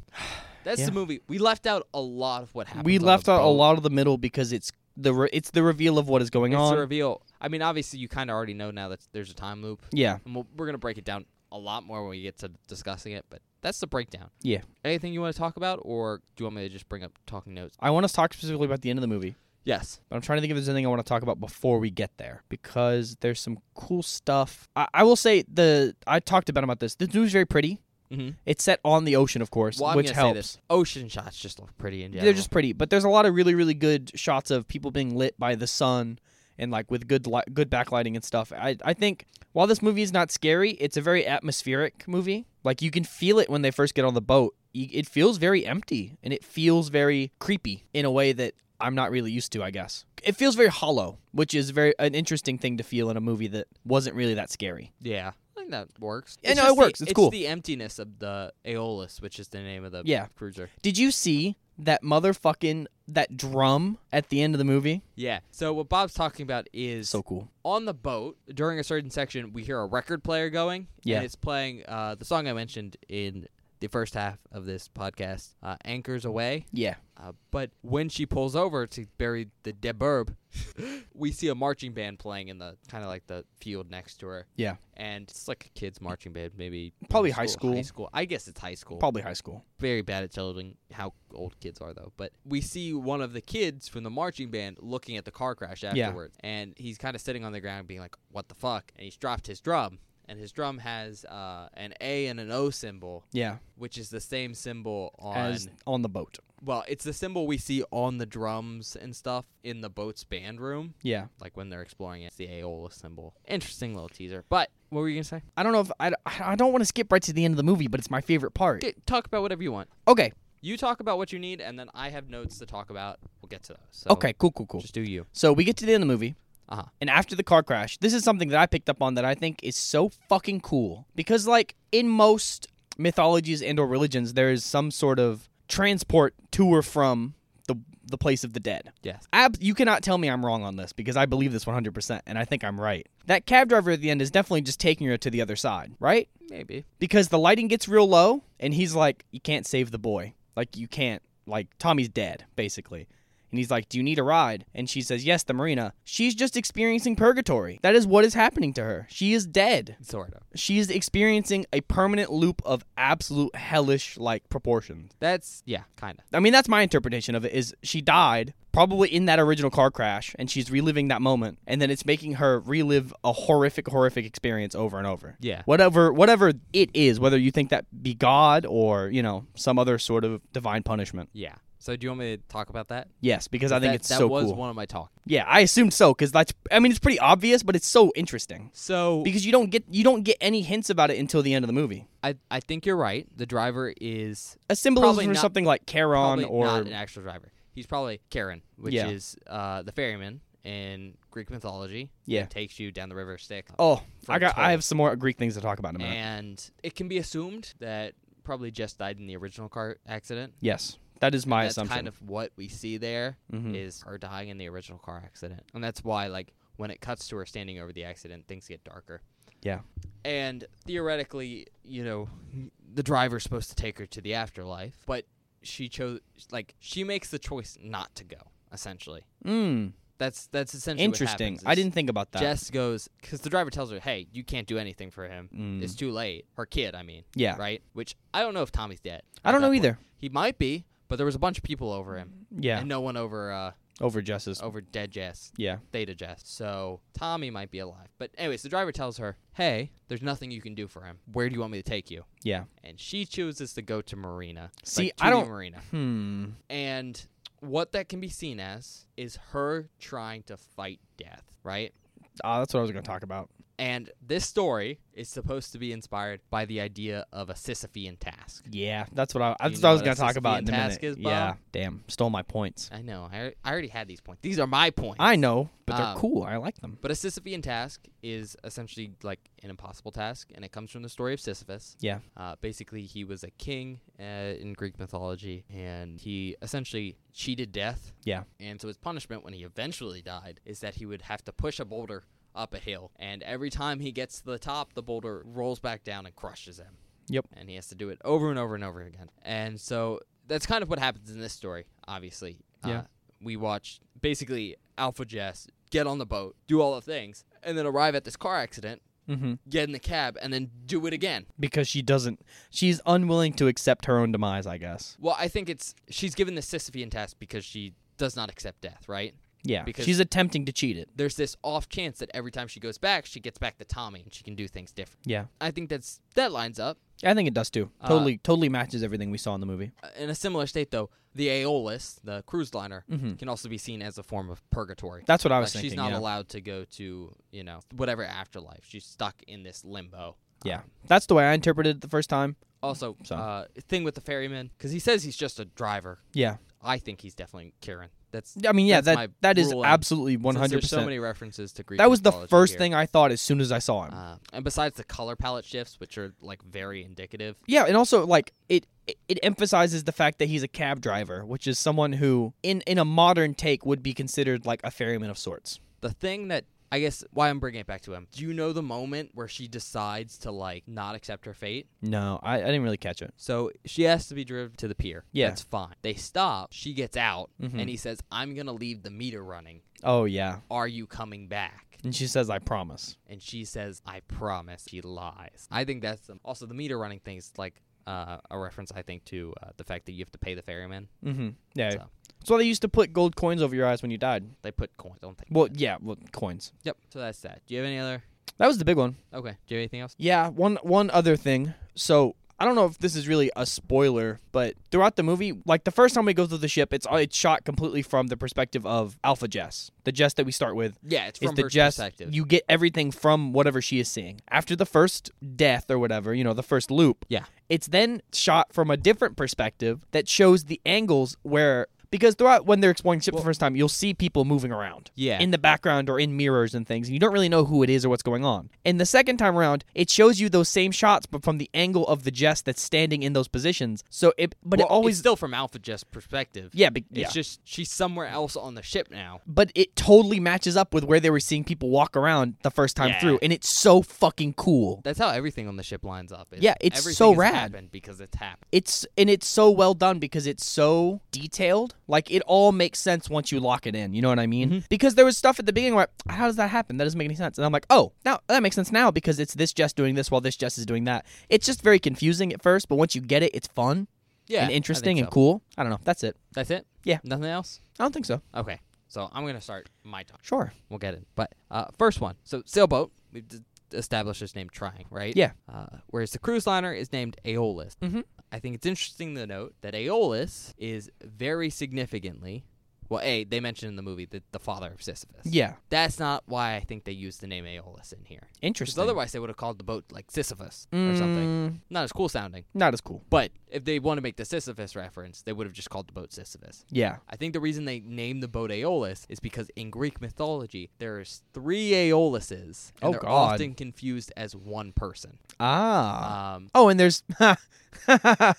that's
Yeah.
the movie. We left out a lot of what happened.
We left out a lot of the middle because it's the re- it's the reveal of what is going
It's
on.
the reveal. I mean, obviously, you kind of already know now that there's a time loop,
yeah.
and we'll, we're gonna break it down a lot more when we get to discussing it. But that's the breakdown.
Yeah.
Anything you want to talk about, or do you want me to just bring up talking notes?
I want us to talk specifically about the end of the movie,
Yes.
but I'm trying to think if there's anything I want to talk about before we get there because there's some cool stuff. I, I will say the I talked about about this. This movie's very pretty.
Mhm.
It's set on the ocean, of course,
Well, I'm
which
gonna
helps.
Say this. Ocean shots just look pretty in general.
They're just pretty, but there's a lot of really really good shots of people being lit by the sun and like with good li- good backlighting and stuff. I I think while this movie is not scary, it's a very atmospheric movie. Like you can feel it when they first get on the boat. Y- It feels very empty and it feels very creepy in a way that I'm not really used to, I guess. It feels very hollow, which is very an interesting thing to feel in a movie that wasn't really that scary.
Yeah. I think that works.
Yeah, no, it
just the-
works. It's cool.
the emptiness of the Aeolus, which is the name of the
Yeah.
cruiser.
Did you see that motherfucking that drum at the end of the movie?
Yeah. So what Bob's talking about is
So cool.
on the boat during a certain section we hear a record player going
Yeah.
and it's playing uh, the song i mentioned in the first half of this podcast uh, anchors away
Yeah.
uh, but when she pulls over to bury the deburb we see a marching band playing in the kind of like the field next to her
Yeah.
and it's like a kids marching band maybe middle
Probably high school.
high school i guess it's high school
Probably high school.
very bad at telling how old kids are though. But we see one of the kids from the marching band looking at the car crash
Yeah.
afterwards, and he's kind of sitting on the ground being like, "What the fuck?" And he's dropped his drum, and his drum has uh, an A and an O symbol,
Yeah.
which is the same symbol on.
As on the boat.
well, it's the symbol we see on the drums and stuff in the boat's band room,
Yeah.
like when they're exploring it. It's the Aeolus symbol. Interesting little teaser. But what were you gonna say?
I don't know if I, I don't want to skip right to the end of the movie, but it's my favorite part.
Get, talk about whatever you want.
Okay.
You talk about what you need, and then I have notes to talk about. We'll get to those. So
Okay, cool, cool, cool.
Oh. Just do you.
So we get to the end of the movie.
Uh-huh.
And after the car crash, this is something that I picked up on that I think is so fucking cool because like in most mythologies and or religions there is some sort of transport to or from the the place of the dead.
Yes.
Ab- you cannot tell me I'm wrong on this because I believe this 100% and I think I'm right. That cab driver at the end is definitely just taking her to the other side, right?
Maybe.
because the lighting gets real low and he's like you can't save the boy like you can't like tommy's dead basically and he's like do you need a ride and she says yes the marina she's just experiencing purgatory that is what is happening to her she is dead
Sort of.
she is experiencing a permanent loop of absolute hellish like proportions
That's yeah, kind of.
i mean that's my interpretation of it is she died probably in that original car crash and she's reliving that moment and then it's making her relive a horrific horrific experience over and over
Yeah.
whatever whatever it is whether you think that be god or you know some other sort of divine punishment
Yeah. So do you want me to talk about that?
yes because i think
that,
it's
that
so
was
cool
one of my talk.
yeah i assumed so because that's i mean it's pretty obvious but it's so interesting
So
because you don't get you don't get any hints about it until the end of the movie
I I think you're right. The driver is
a symbolism
Probably
for
not-
something like charon
probably
or
not an actual driver. He's probably Karen, which
Yeah.
is uh, the ferryman in Greek mythology.
Yeah.
Who takes you down the river Styx.
oh
for
i got
toll.
i have some more greek things to talk about in a minute
And it can be assumed that probably Jess died in the original car accident.
yes that is my
that's
assumption
kind of what we see there is
Mhm.
her dying in the original car accident and that's why like when it cuts to her standing over the accident things get darker
Yeah.
and theoretically you know the driver's supposed to take her to the afterlife but she chose like she makes the choice not to go essentially
mm,
that's that's essentially what
interesting
happens
i
is
didn't think about that
jess goes because the driver tells her hey you can't do anything for him
Mm.
it's too late her kid i mean
yeah
right which i don't know if tommy's dead
i
at
don't
that
know
point.
either
he might be but there was a bunch of people over him
yeah
and no one over uh
over jess's
over dead Jess,
yeah
Theta Jess. So Tommy might be alive. But anyways, the driver tells her, "Hey, there's nothing you can do for him. Where do you want me to take you?"
yeah
And she chooses to go to Marina. Like,
See,
to
I
the
don't-
Marina.
hmm
And what that can be seen as is her trying to fight death, right?
Ah, that's what i was gonna talk about
And this story is supposed to be inspired by the idea of a Sisyphean task.
Yeah, that's what I,
You
that's what
know
I was
what
gonna
a
talk about in a
Sisyphean
minute.
task is, Bob?
yeah, damn, stole my points.
I know. I, I already had these points. These are my points.
I know, but they're
Um,
cool. I like them.
But a Sisyphean task is essentially like an impossible task, and it comes from the story of Sisyphus.
Yeah.
Uh, basically, he was a king uh, in Greek mythology, and he essentially cheated death.
Yeah.
And so his punishment when he eventually died is that he would have to push a boulder up a hill, and every time he gets to the top, the boulder rolls back down and crushes him.
Yep.
And he has to do it over and over and over again. And so that's kind of what happens in this story, obviously.
Yeah.
Uh, we watch basically Alpha Jess get on the boat, do all the things, and then arrive at this car accident,
Mm-hmm.
get in the cab, and then do it again.
Because she doesn't, she's unwilling to accept her own demise. I guess.
Well, I think it's she's given the Sisyphean task because she does not accept death, right?
Yeah,
Because-
she's attempting to cheat it.
There's this off chance that every time she goes back, she gets back to Tommy and she can do things different.
Yeah,
I think that's that lines up.
I think it does too.
Uh,
Totally, totally matches everything we saw in the movie.
In a similar state though, the Aeolus, the cruise liner,
Mm-hmm.
can also be seen as a form of purgatory.
That's what I was
Like,
thinking.
she's not
yeah.
allowed to go to you know whatever afterlife. She's stuck in this limbo.
yeah, that's the way I interpreted it the first time.
Also,
So-
uh, thing with the ferryman because he says he's just a driver.
Yeah,
I think he's definitely Kieran. That's
I mean, yeah,
That's my
that that is
rule, and
absolutely one
since
hundred
There's so
percent.
many references to Greek.
That was the
mythology
first
here.
thing I thought as soon as I saw him.
Uh, and besides the color palette shifts, which are like very indicative.
Yeah, and also like it it emphasizes the fact that he's a cab driver, which is someone who in in a modern take would be considered like a ferryman of sorts.
The thing that I guess why I'm bringing it back to him. Do you know the moment where she decides to like not accept her fate?
No, I, I didn't really catch it.
So she has to be driven to the pier.
Yeah.
That's fine. They stop. She gets out,
Mhm.
and he says, I'm going to leave the meter running.
Oh yeah.
Are you coming back?
And she says I promise.
And she says, I promise. She lies. I think that's the, also the meter running thing is like uh, a reference, I think, to uh, the fact that you have to pay the ferryman.
Mhm. Yeah.
So.
That's why they used to put gold coins over your eyes when you died.
They put coins, don't they?
Well, yeah, well, coins.
Yep. So that's that. Do you have any other?
That was the big one.
Okay. Do you have anything else?
Yeah, one one other thing. So I don't know if this is really a spoiler, but throughout the movie, like the first time we go through the ship, it's uh, it's shot completely from the perspective of Alpha Jess, the Jess that we start with.
Yeah, it's
Is
from
the
her
Jess
perspective.
you get everything from whatever she is seeing after the first death or whatever, you know, the first loop.
Yeah.
it's then shot from a different perspective that shows the angles where. Because throughout when they're exploring the ship the first time, you'll see people moving around
yeah.
in the background or in mirrors and things, and you don't really know who it is or what's going on. And the second time around, it shows you those same shots, but from the angle of the Jess that's standing in those positions. So it, but
Well,
it
it's
always,
still from Alpha Jess' perspective.
yeah, but,
It's
yeah.
just she's somewhere else on the ship now.
but it totally matches up with where they were seeing people walk around the first time
Yeah.
through, and it's so fucking cool.
That's how everything on the ship lines up.
Yeah, it's
everything
so
has
rad.
happened because it's happened.
It's and it's so well done because it's so detailed. Like it all makes sense once you lock it in. You know what I mean?
Mm-hmm.
Because there was stuff at the beginning where how does that happen? That doesn't make any sense. And I'm like, oh, now that makes sense now because it's this Jess doing this while this Jess is doing that. It's just very confusing at first, but once you get it, it's fun
Yeah,
and interesting and cool. I don't know. That's it.
That's it.
Yeah.
nothing else.
I don't think so.
Okay, so I'm gonna start my talk.
Sure.
We'll get it. But uh, first one, so sailboat. We've d- established it's named Trying, right?
Yeah.
Uh, whereas the cruise liner is named Aeolus.
Mhm.
I think it's interesting to note that Aeolus is very significantly, well, a they mentioned in the movie that the father of Sisyphus.
Yeah.
That's not why I think they used the name Aeolus in here. Because
Interesting.
otherwise they would have called the boat like Sisyphus or something.
Mm,
Not as cool sounding.
Not as cool.
But if they want to make the Sisyphus reference, they would have just called the boat Sisyphus.
Yeah.
I think the reason they named the boat Aeolus is because in Greek mythology there's three Aeoluses,
Oh,
and they're
God.
often confused as one person.
Ah.
Um,
oh, and there's. that's
why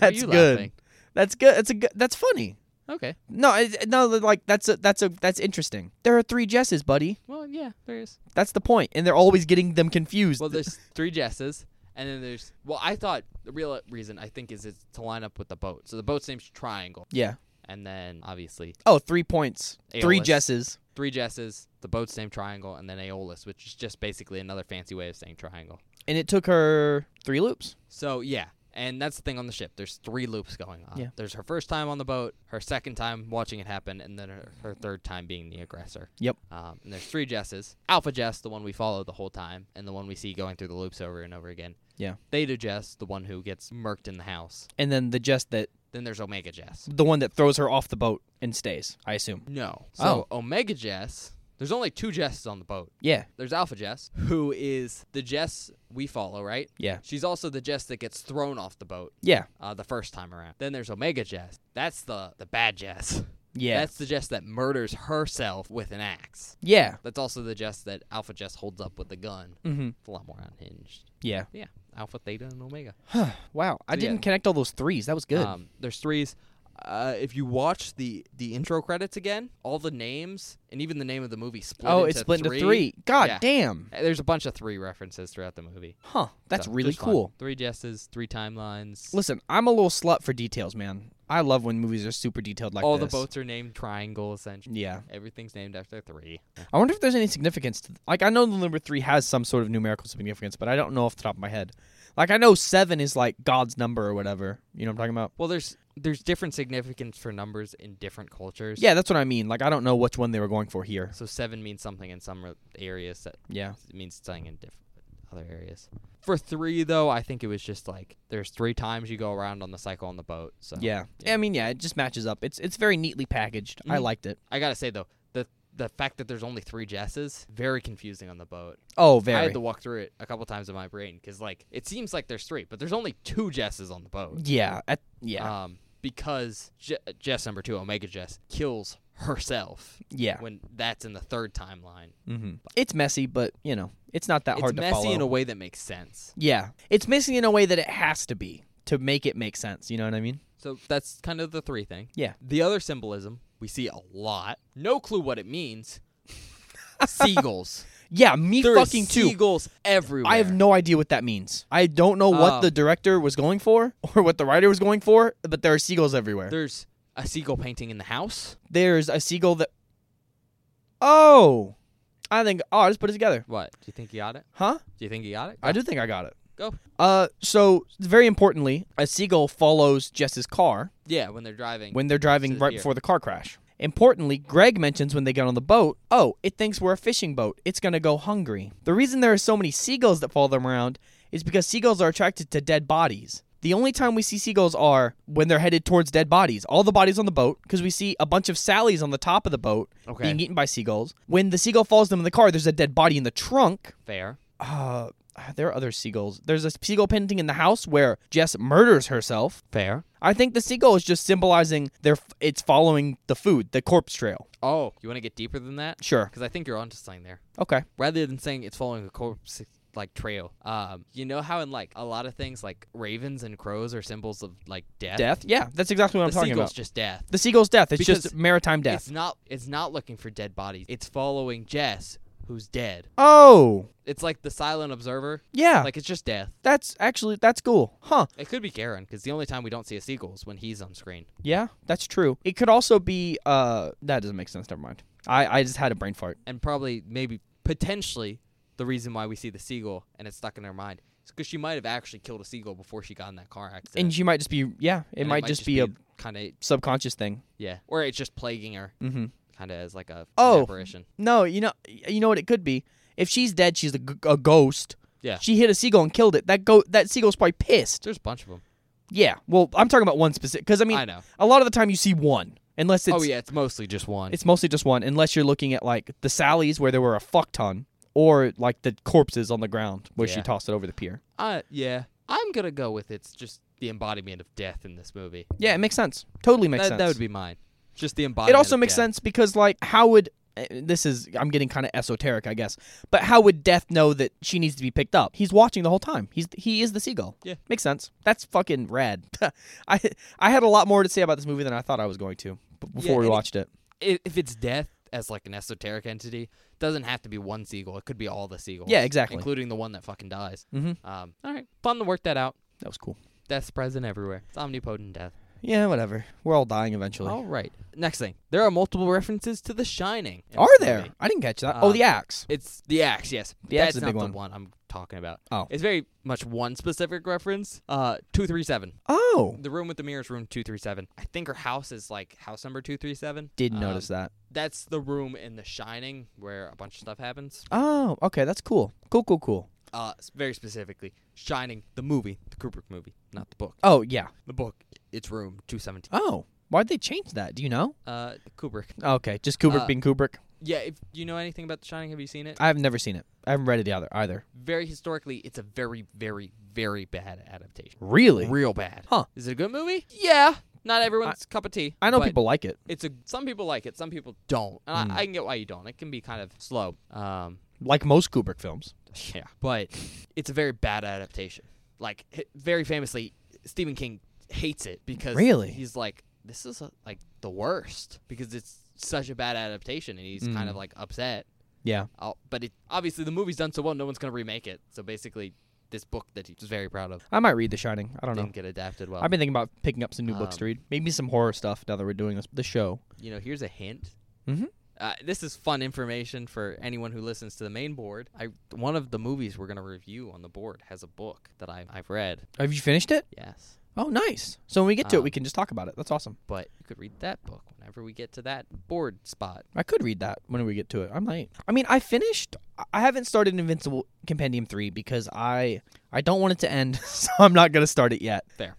are you
good.
laughing?
That's good. That's a good. That's funny.
Okay.
No, it- no, like that's a that's a that's interesting. There are three Jesses, buddy.
Well, yeah, there is.
That's the point, and they're always getting them confused.
Well, there's three Jesses, and then there's well, I thought the real reason I think is it's to line up with the boat. So the boat's name's Triangle,
yeah.
and then obviously
Oh, three points. Three
Aeolus.
Jesses.
three Jesses, the boat's named Triangle, and then Aeolus, which is just basically another fancy way of saying triangle.
And it took her three loops.
So yeah, and that's the thing on the ship. There's three loops going on.
Yeah.
There's her first time on the boat, her second time watching it happen, and then her, her third time being the aggressor.
Yep.
Um, and there's three Jesses. Alpha Jess, the one we follow the whole time, and the one we see going through the loops over and over again.
Yeah.
Theta Jess, the one who gets murked in the house.
And then the Jess that
Then there's Omega Jess.
the one that throws her off the boat and stays, I assume.
No. So
Oh.
Omega Jess, there's only two Jesses on the boat.
Yeah.
There's Alpha Jess, who is the Jess we follow, right?
Yeah.
She's also the Jess that gets thrown off the boat
Yeah.
uh, the first time around. Then there's Omega Jess. That's the the bad Jess.
Yeah.
That's the Jess that murders herself with an axe.
yeah.
That's also the Jess that Alpha Jess holds up with the gun.
Mm-hmm.
It's a lot more unhinged.
Yeah.
Yeah, Alpha, Theta, and Omega.
Wow. I
So,
didn't
yeah.
connect all those threes. That was good.
Um, there's threes. Uh, if you watch the the intro credits again, all the names and even the name of the movie split.
oh,
into
it's split
three.
into three. God
Yeah.
damn.
Uh, There's a bunch of three references throughout the movie.
Huh. That's
So,
really
just fun.
cool.
Three Jesses, three timelines.
Listen, I'm a little slut for details, man. I love when movies are super detailed like
all
this.
the boats are named Triangle, essentially.
Yeah.
Everything's named after three.
I wonder if there's any significance to like I know the number three has some sort of numerical significance, but I don't know off the top of my head. Like I know seven is like God's number or whatever. You know what I'm talking about?
Well, there's there's different significance for numbers in different cultures.
Yeah, that's what I mean. Like I don't know which one they were going for here.
So seven means something in some re- areas. That
Yeah.
it means something in different other areas. For three though, I think it was just like there's three times you go around on the cycle on the boat. So
Yeah.
Yeah.
I mean, yeah, it just matches up. It's it's very neatly packaged. I
Mhm.
liked it.
I gotta say though, the the fact that there's only three Jesses very confusing on the boat.
Oh,
I
very.
had to walk through it a couple times in my brain because like it seems like there's three, but there's only two Jesses on the boat.
yeah. At, yeah.
Um, because Je- Jess number two, Omega Jess, kills herself
Yeah.
when that's in the third timeline.
Mm-hmm.
It's messy, but, you know, it's not that
It's
hard to
messy
follow.
in a way that makes sense.
yeah. It's messy in a way that it has to be to make it make sense. You know what I mean?
So that's kind of the three thing.
Yeah.
The other symbolism we see a lot. No clue what it means. seagulls.
Yeah, me
There is
fucking too.
seagulls everywhere.
I have no idea what that means. I don't know what
Oh.
the director was going for or what the writer was going for, but there are seagulls everywhere.
There's a seagull painting in the house.
There's a seagull that. Oh, I think. Oh, I just put it together,
What? Do you think you got it?
huh?
Do you think you got it?
I do think I got it.
Go.
Uh, so very importantly, a seagull follows Jess's car
Yeah, when they're driving.
when they're driving
Says
right
here.
before the car crash. Importantly, Greg mentions when they get on the boat, oh, it thinks we're a fishing boat. It's going to go hungry. The reason there are so many seagulls that follow them around is because seagulls are attracted to dead bodies. The only time we see seagulls are when they're headed towards dead bodies. All the bodies on the boat, because we see a bunch of Sally's on the top of the boat
Okay.
being eaten by seagulls. When the seagull follows them in the car, there's a dead body in the trunk.
fair.
Uh, there are other seagulls. There's a seagull painting in the house where Jess murders herself.
Fair.
I think the seagull is just symbolizing their it's following the food, the corpse trail.
Oh, you want to get deeper than that?
Sure.
Because I think you're onto something there.
Okay.
Rather than saying it's following a corpse like trail, um, you know how in like a lot of things, like ravens and crows are symbols of like death.
Death. Yeah, that's exactly what
The
I'm talking
seagull's
about.
just death.
The seagull's death. It's just
Because
maritime death.
It's not. It's not looking for dead bodies. It's following Jess, who's dead.
Oh,
It's like the silent observer.
yeah.
Like it's just death.
that's actually that's cool. Huh.
It could be Garen because the only time we don't see a seagull is when he's on screen.
Yeah, that's true. It could also be uh that doesn't make sense. Never mind. I I just had a brain fart.
and probably maybe potentially the reason why we see the seagull and it's stuck in her mind is because she might have actually killed a seagull before she got in that car accident.
And she might just be yeah, it, might, just, be, a
kind of
subconscious thing.
yeah, or it's just plaguing her,
Mhm.
kind of as like a an
Oh.
apparition.
No, you know you know what it could be. If she's dead, she's a, g- a ghost.
Yeah.
She hit a seagull and killed it. That go that seagull's probably pissed.
There's a bunch of them.
Yeah. Well, I'm talking about one specific because I
I,
mean
know.
a lot of the time you see one unless it's
oh yeah, it's mostly just one.
it's mostly just one unless you're looking at like the Sally's where there were a fuck ton or like the corpses on the ground where she
Yeah.
tossed it over the pier.
uh, yeah, I'm gonna go with it's just the embodiment of death in this movie.
Yeah, it makes sense. Totally makes
that,
sense.
that would be mine. Just the
it
embodiment.
also
of
makes
death.
sense because like how would eh, this is I'm getting kind of esoteric, I guess. But how would Death know that she needs to be picked up? He's watching the whole time. He's he is the seagull.
Yeah.
makes sense. That's fucking rad. I I had a lot more to say about this movie than I thought I was going to b- before we
and it-
watched it.
I- If it's death as like an esoteric entity, doesn't have to be one seagull. It could be all the seagulls.
Yeah, exactly.
including the one that fucking dies.
Mhm.
Um, all right, fun to work that out.
That was cool.
Death's present everywhere. It's omnipotent death.
Yeah, whatever. We're all dying eventually.
All right. Next thing, there are multiple references to The Shining. in
Are
this
there?
movie.
I didn't catch that. oh,
Um,
the axe.
It's the axe. Yes,
The
that's
axe is a
not
big
the
one.
one. I'm talking about.
Oh.
it's very much one specific reference. Uh, two three seven.
Oh,
The room with the mirror is room two three seven. I think her house is like house number two three seven. Um,
didn't notice that.
That's the room in The Shining where a bunch of stuff happens.
Oh, okay, that's cool. Cool, cool, cool.
Uh, s- very specifically, Shining the movie, the Kubrick movie, not the book.
Oh yeah.
The book, it's room two seventeen.
Oh, why'd they change that? Do you know?
Uh, Kubrick.
Okay, just Kubrick
Uh,
being Kubrick.
Yeah, if do you know anything about The Shining, have you seen it?
I've never seen it. I haven't read it either. Either.
Very historically, it's a very, very, very bad adaptation.
Really?
Real bad.
Huh.
Is it a good movie? Yeah. Not everyone's cup of tea.
I know
but
people Mm. like it.
It's a. Some people like it. Some people don't. And I, I can get why you don't. It can be kind of slow. Um.
Like most Kubrick films.
Yeah. But it's a very bad adaptation. Like h- very famously, Stephen King hates it because
Really?
he's like, this is uh like the worst because it's such a bad adaptation, and he's kind
Mm.
of like upset.
Yeah.
i but it, obviously, the movie's done so well, no one's going to remake it. So basically, this book that he's very proud of
I might read The Shining. I don't know.
didn't get adapted well.
I've been thinking about picking up some new books
Um,
to read. Maybe some horror stuff now that we're doing this, the show.
you know, here's a hint.
Mhm.
Uh, this is fun information for anyone who listens to the main board. I one of the movies we're going to review on the board has a book that I, I've read.
Have you finished it?
Yes,
Oh, nice. So when we get to it,
Um,
we can just talk about it. That's awesome.
but you could read that book whenever we get to that board spot.
I could read that when we get to it. I might. I mean, I finished. I haven't started Invincible Compendium three because I I don't want it to end, so I'm not gonna start it yet.
Fair.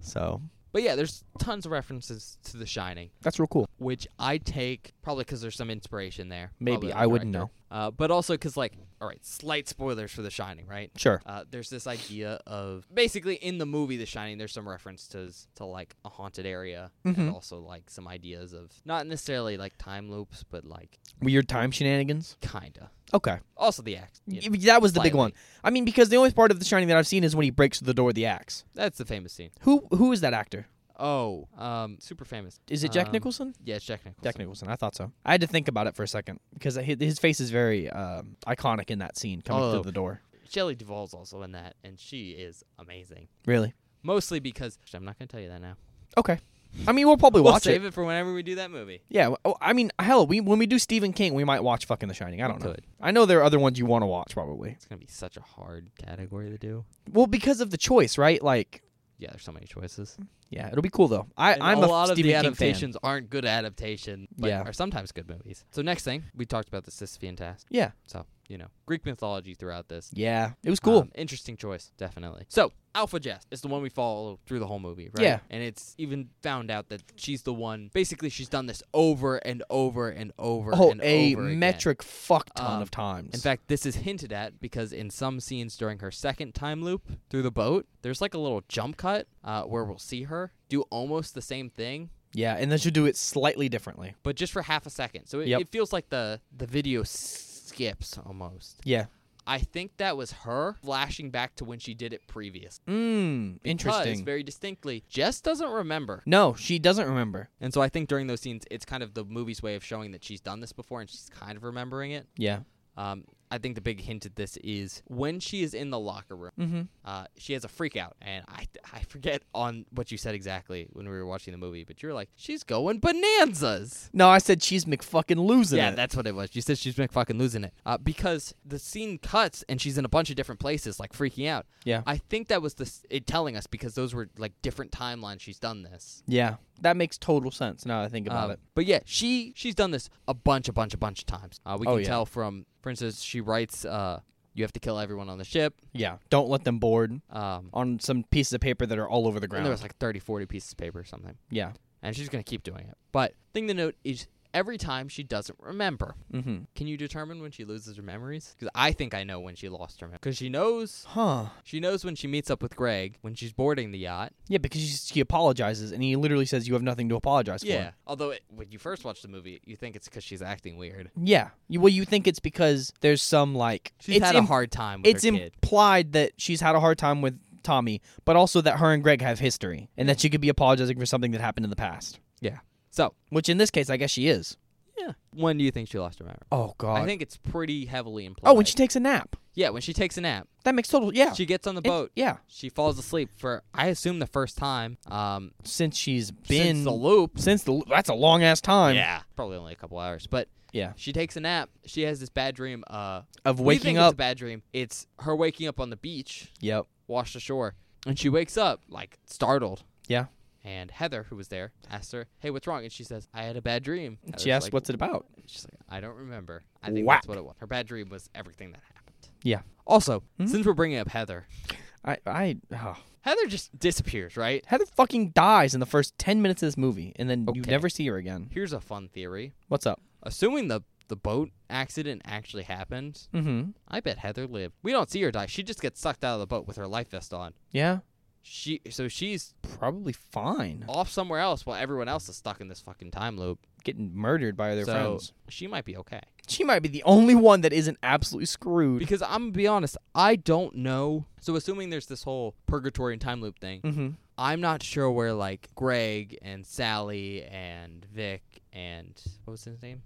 So
But yeah, there's tons of references to The Shining,
that's real cool.
which I take probably because there's some inspiration there.
Maybe.
probably on
I wouldn't
director. Uh, but also because like all right, slight spoilers for The Shining, right?
Sure.
Uh, there's this idea of basically in the movie The Shining, there's some reference to to like a haunted area, and
Mhm.
also like some ideas of not necessarily like time loops, but like
Weird time shenanigans.
kinda.
Okay.
Also the axe. you know,
Y- That was the big
slightly.
one. I mean, because the only part of The Shining that I've seen is when he breaks through the door with the axe.
That's the famous scene.
Who Who is that actor?
Oh, um, super famous.
Is it Jack
Um,
Nicholson?
Yeah, it's Jack Nicholson.
Jack Nicholson. I thought so. I had to think about it for a second because hi- his face is very um, iconic in that scene coming
Oh.
through the door.
Shelley Duvall's also in that, and she is amazing.
Really?
Mostly because actually, I'm not gonna tell you that now.
Okay. I mean, we'll probably
We'll
watch it.
save it. for whenever we do that movie.
Yeah, w- oh, I mean, hell, we when we do Stephen King, we might watch fucking The Shining. I don't know.
Could.
I know there are other ones you want to watch probably.
It's gonna be such a hard category to do.
Well, because of the choice, right? Like,
Yeah, there's so many choices.
yeah, it'll be cool though. I
And
I'm a,
a lot of
Stephen
the
King
adaptations aren't good adaptations, but
Yeah.
are sometimes good movies. So next thing we talked about the Sisyphean task.
fan. Yeah,
So you know Greek mythology throughout this.
yeah, it was cool.
Um, interesting choice, definitely. So Alpha Jest is the one we follow through the whole movie, right?
Yeah.
And it's even found out that she's the one. Basically, she's done this over and over and over.
oh,
and
a
over again.
metric fuck ton
Um,
of times.
In fact, this is hinted at because in some scenes during her second time loop through the boat, there's like a little jump cut uh, where we'll see her do almost the same thing,
yeah, and then she'll do it slightly differently.
but just for half a second. So it,
Yep.
it feels like the the video skips almost.
Yeah.
I think that was her flashing back to when she did it previous.
Mm,
Because
interesting.
very distinctly, Jess doesn't remember.
no, she doesn't remember.
And so I think during those scenes, it's kind of the movie's way of showing that she's done this before and she's kind of remembering it.
Yeah.
Um, I think the big hint at this is when she is in the locker room,
Mm-hmm.
uh, she has a freak out. And I, I forget on what you said exactly when we were watching the movie, but you were like, she's going bonanzas.
No, I said she's McFucking losing
Yeah,
it.
that's what it was. You said she's been fucking losing it uh, because the scene cuts and she's in a bunch of different places, like freaking out.
Yeah.
I think that was the s- it telling us because those were like different timelines she's done this.
yeah, that makes total sense now that I think about
Um,
it.
But yeah, she she's done this a bunch, a bunch, a bunch of times. Uh, we
Oh,
can
yeah.
tell from, for instance, she writes, uh, "You have to kill everyone on the ship."
Yeah, don't let them board
Um,
on some pieces of paper that are all over the
and
ground.
there was like 30, 40 pieces of paper or something,
yeah.
and she's gonna keep doing it. But thing to note is every time she doesn't remember.
Mm-hmm.
Can you determine when she loses her memories? Because I think I know when she lost her memories. Because she knows
Huh.
she knows when she meets up with Greg when she's boarding the yacht.
Yeah, because she, she apologizes, and he literally says, "You have nothing to apologize for."
Although it, when you first watch the movie, you think it's because she's acting weird.
Yeah. You, well, you think it's because there's some like
She's
it's
had
im-
a hard time with
It's
her kid.
implied that she's had a hard time with Tommy, but also that her and Greg have history, and that she could be apologizing for something that happened in the past.
Yeah. So
Which in this case, I guess she is.
yeah, when do you think she lost her memory?
Oh God.
I think it's pretty heavily implied.
oh, when she takes a nap.
yeah, when she takes a nap,
That makes total. Yeah.
she gets on the
It-
boat.
yeah.
She falls asleep for I assume the first time. Um,
Since she's been
since the loop.
since the that's a long ass time.
yeah, probably only a couple hours, but
Yeah.
she takes a nap. She has this bad dream. Uh,
Of
we think
waking
it's a
up.
bad dream. It's her waking up on the beach,
Yep.
washed ashore, and she wakes up like startled.
Yeah.
And Heather, who was there, asks her, "Hey, what's wrong?" And she says, "I had a bad dream." Heather's
She asks,
like,
"What's it about?"
She's like, I don't remember. I think that's
Whack.
what it was. Her bad dream was everything that happened.
Yeah. Hmm?
Also, since we're bringing up Heather,
I I. Oh.
Heather just disappears, right?
Heather fucking dies in the first 10 minutes of this movie, and then you
Okay.
never see her again.
Here's a fun theory.
What's up?
Assuming the the boat accident actually happened,
Mm-hmm.
I bet Heather lived. We don't see her die. She just gets sucked out of the boat with her life vest on.
Yeah,
She so she's
probably fine.
off somewhere else while everyone else is stuck in this fucking time loop.
Getting murdered by their
so
friends.
she might be okay.
She might be the only one that isn't absolutely screwed.
Because I'm gonna be honest, I don't know. So assuming there's this whole purgatory and time loop thing,
mm-hmm.
I'm not sure where like Greg and Sally and Vic and what was his name?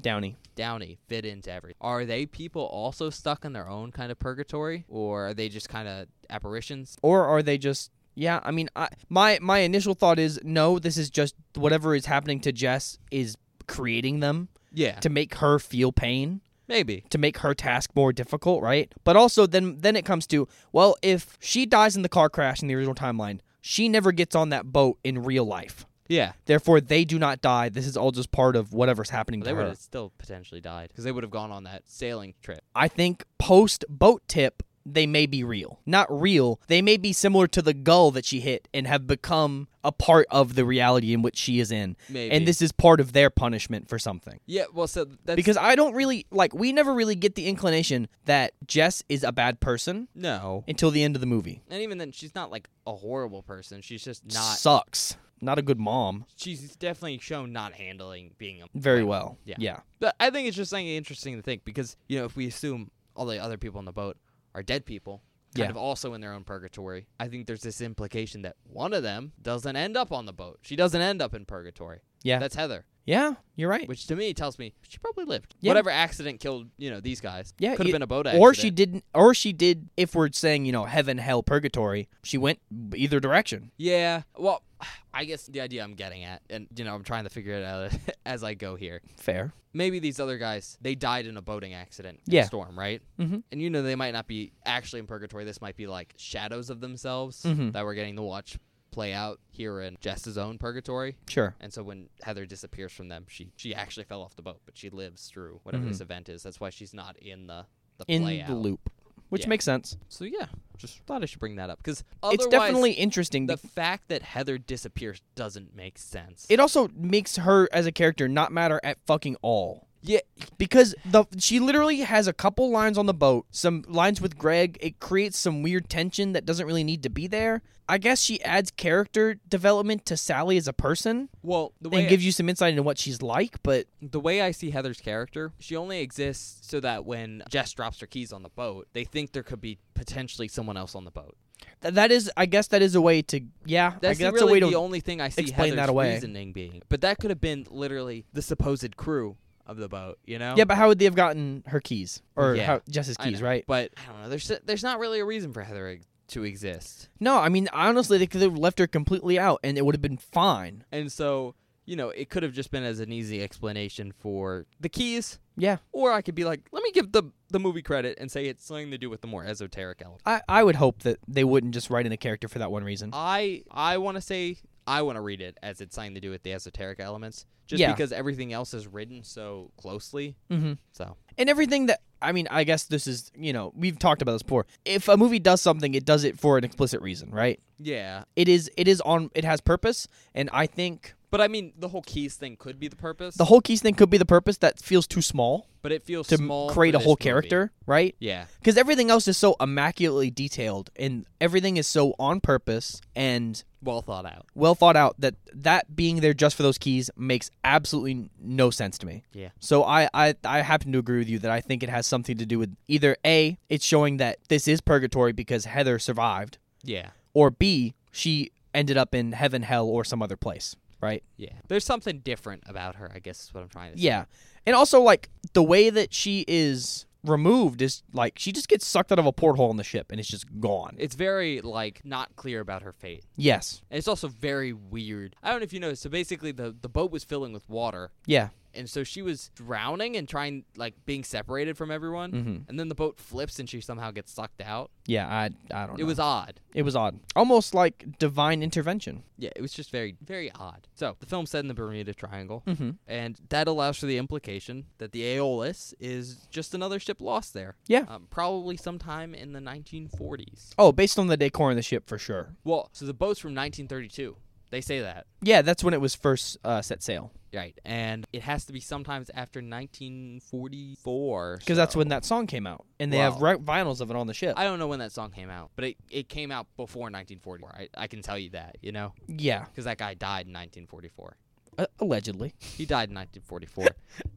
Downey.
Downey fit into everything. Are they people also stuck in their own kind of purgatory or are they just kind of apparitions?
Or are they just. Yeah, I mean, I, my my initial thought is no. This is just whatever is happening to Jess is creating them
Yeah.
to make her feel pain,
Maybe.
to make her task more difficult, right? But also, then then it comes to well, if she dies in the car crash in the original timeline, she never gets on that boat in real life.
Yeah.
Therefore, they do not die. This is all just part of whatever's happening
Well, they
to
would
her.
have still potentially died because they would have gone on that sailing trip.
I think post boat tip, they may be real. Not real, they may be similar to the gull that she hit and have become a part of the reality in which she is in.
Maybe.
And this is part of their punishment for something.
Yeah, well, so that's
Because I don't really like we never really get the inclination that Jess is a bad person
no,
until the end of the movie.
and even then, she's not like a horrible person. She's just not.
sucks. Not a good mom.
She's definitely shown not handling being a
Very
like,
well.
Yeah.
Yeah.
But I think it's just something interesting to think because you know if we assume all the other people on the boat are dead people, kind
Yeah.
of also in their own purgatory, I think there's this implication that one of them doesn't end up on the boat. She doesn't end up in purgatory.
Yeah.
that's Heather,
Yeah, you're right.
which to me tells me she probably lived.
Yeah.
Whatever accident killed you know these guys.
Yeah,
could
you-
have been a boat accident.
or she didn't or she did if we're saying, you know, heaven, hell, purgatory, she went either direction.
Yeah. Well, I guess the idea I'm getting at, and you know I'm trying to figure it out as I go here.
Fair.
maybe these other guys they died in a boating accident in
Yeah.
a storm right
Mhm.
and you know they might not be actually in purgatory this might be like shadows of themselves
Mhm.
that we're getting to watch play out here in jess's own purgatory
Sure.
and so when heather disappears from them she she actually fell off the boat but she lives through whatever this event is that's why she's not in the the
Mm-hmm. In
play
the
out.
loop. Which
Yeah.
makes sense.
so yeah just thought i should bring that up because
It's definitely interesting.
the
bec-
fact that heather disappears doesn't make sense
it also makes her as a character not matter at fucking all.
yeah
Because the she literally has a couple lines on the boat, some lines with Greg. It creates some weird tension that doesn't really need to be there. I guess she adds character development to Sally as a person
well the way
and gives you some insight into what she's like, but
the way I see Heather's character, she only exists so that when Jess drops her keys on the boat, they think there could be potentially someone else on the boat.
th- that is I guess that is a way to yeah,
That's,
I guess that's
really
a way to
the only thing I see
explain
Heather's
that away.
reasoning being. But that could have been literally the supposed crew of the boat, you know?
Yeah, but how would they have gotten her keys or
Yeah.
how, Jess's
I
keys,
know,
right?
But I don't know. There's there's not really a reason for Heather ex- to exist,
No, I mean honestly, they could have left her completely out, and it would have been fine.
and so you know it could have just been as an easy explanation for the keys.
Yeah,
Or I could be like, let me give the the movie credit and say it's something to do with the more esoteric element.
I, I would hope that they wouldn't just write in a character for that one reason.
I I want to say I want to read it as it's something to do with the esoteric elements, just
Yeah.
because everything else is written so closely.
Mm-hmm.
So
And everything that I mean, I guess this is you know we've talked about this before. If a movie does something, it does it for an explicit reason, right?
yeah,
It is it is on it has purpose, and I think
but I mean the whole keys thing could be the purpose,
the whole keys thing could be the purpose that feels too small
but it feels
to m-
small
create
for
a whole
this movie.
character, right?
Yeah,
Because everything else is so immaculately detailed, and everything is so on purpose and
well thought out.
well thought out that that being there just for those keys makes absolutely no sense to me.
Yeah.
So I, I I happen to agree with you that I think it has something to do with either A, it's showing that this is purgatory because Heather survived,
Yeah,
or B, she ended up in heaven, hell, or some other place, right?
yeah. There's something different about her. I guess is what I'm trying to. say.
Yeah. And also like the way that she is removed is like she just gets sucked out of a porthole in the ship and it's just gone.
It's very like not clear about her fate.
Yes.
And it's also very weird. I don't know if you know. So basically, the the boat was filling with water,
Yeah.
and so she was drowning and trying like being separated from everyone
Mhm.
and then the boat flips and she somehow gets sucked out
Yeah, I I don't know.
it was odd
it was odd. Almost like divine intervention.
yeah it was just very very odd so the film set in the bermuda triangle
Mm-hmm.
and that allows for the implication that the aeolus is just another ship lost there
Yeah.
um, probably sometime in the 1940s
Oh, based on the decor in the ship for sure.
well so the boat's from 1932 they say that
Yeah, that's when it was first uh, set sail
right and it has to be sometimes after 1944
because that's when that song came out, and they have
Wow.
re- vinyls of it on the ship.
I don't know when that song came out, but it, it came out before 1944. I, I can tell you that, you know,
yeah,
because that guy died in 1944.
uh, allegedly,
He died in 1944.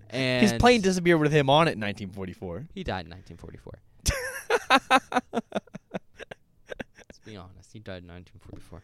and
his plane disappeared with him on it in 1944.
He died in 1944. Let's be honest. He died in 1944.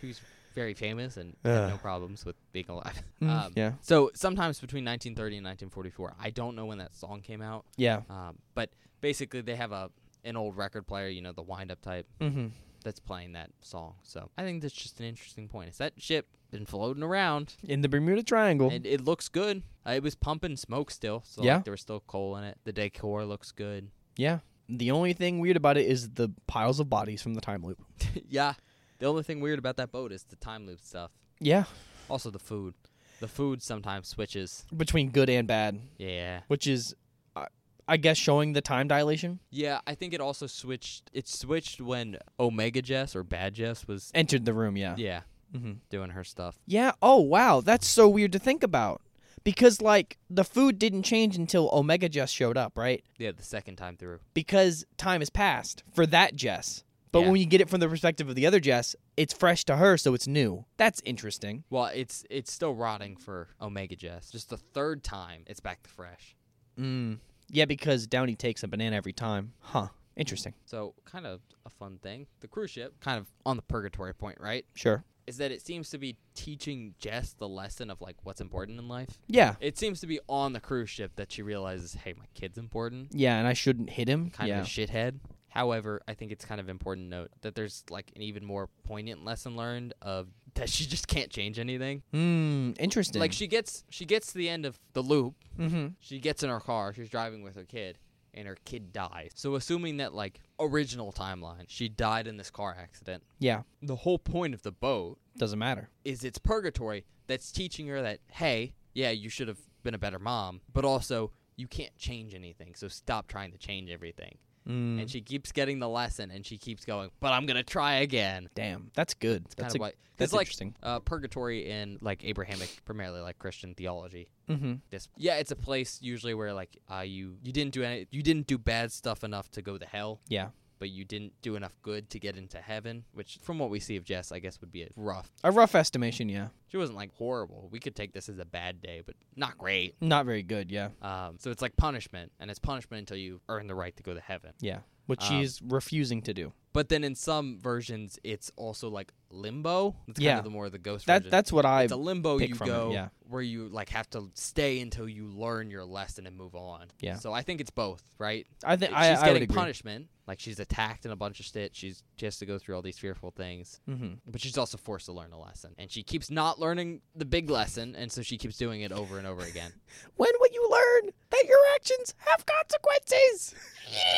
He was very famous and had no
Ugh.
problems with being alive.
Mm,
Um,
yeah,
So, sometimes between 1930 and 1944, I don't know when that song came out,
yeah,
um, but basically they have a an old record player, you know, the wind up type.
mm-hmm.
that's playing that song. So I think that's just an interesting point. It's that ship been floating around,
in the Bermuda Triangle.
and it looks good. Uh, it was pumping smoke still, so like,
Yeah.
there was still coal in it. The decor looks good.
yeah, the only thing weird about it is the piles of bodies from the time loop.
yeah. The only thing weird about that boat is the time loop stuff.
Yeah,
Also the food. The food sometimes switches.
between good and bad,
Yeah.
which is. I- I guess showing the time dilation.
Yeah, I think it also switched. It switched when Omega Jess or Bad Jess was,
Entered the room, yeah.
yeah,
Mm-hmm.
doing her stuff.
Yeah. Oh, wow. That's so weird to think about. Because, like, the food didn't change until Omega Jess showed up, right?
Yeah, the second time through.
Because time has passed for that Jess. But
Yeah.
when you get it from the perspective of the other Jess, it's fresh to her, so it's new. That's interesting.
Well, it's it's still rotting for Omega Jess. Just the third time, it's back to fresh.
Mm. Yeah, because Downey takes a banana every time. Huh. Interesting.
So kind of a fun thing. The cruise ship, kind of on the purgatory point, right?
Sure.
Is that it seems to be teaching Jess the lesson of like what's important in life.
Yeah.
It seems to be on the cruise ship that she realizes, hey, my kid's important.
Yeah, and I shouldn't hit him.
Kind
yeah.
of a shithead. However, I think it's kind of important to note that there's like an even more poignant lesson learned of that she just can't change anything.
Hmm. Interesting.
Like she gets she gets to the end of the loop
mm-hmm.
she gets in her car, she's driving with her kid, and her kid dies. So assuming that like original timeline, she died in this car accident.
Yeah.
The whole point of the boat
Doesn't matter.
is it's purgatory that's teaching her that hey, yeah, you should have been a better mom, but also you can't change anything, so stop trying to change everything.
Mm.
And she keeps getting the lesson, and she keeps going, but I'm gonna try again.
Damn. That's good.
Kind
That's
of
a-
like
that's
because like
interesting.
uh, purgatory in like Abrahamic, primarily like Christian theology,
Mm-hmm.
this yeah it's a place usually where like uh you you didn't do any you didn't do bad stuff enough to go to hell
Yeah.
but you didn't do enough good to get into heaven which from what we see of jess i guess would be a rough
A rough estimation, yeah.
she wasn't like horrible we could take this as a bad day but not great
Not very good, yeah.
um so it's like punishment and it's punishment until you earn the right to go to heaven
Yeah. Which
Um,
she's refusing to do.
but then in some versions it's also like limbo that's kind
Yeah.
of the more the ghost
That
version
that's what I
it's a limbo
pick
you
from it,
go
yeah.
where you like have to stay until you learn your lesson and move on
Yeah.
so i think it's both right
I think
she's
I, I would
getting
agree.
punishment. Like she's attacked and a bunch of shit. She's she has to go through all these fearful things,
Mm-hmm.
but she's also forced to learn a lesson, and she keeps not learning the big lesson, and so she keeps doing it over and over again.
When will you learn that your actions have consequences?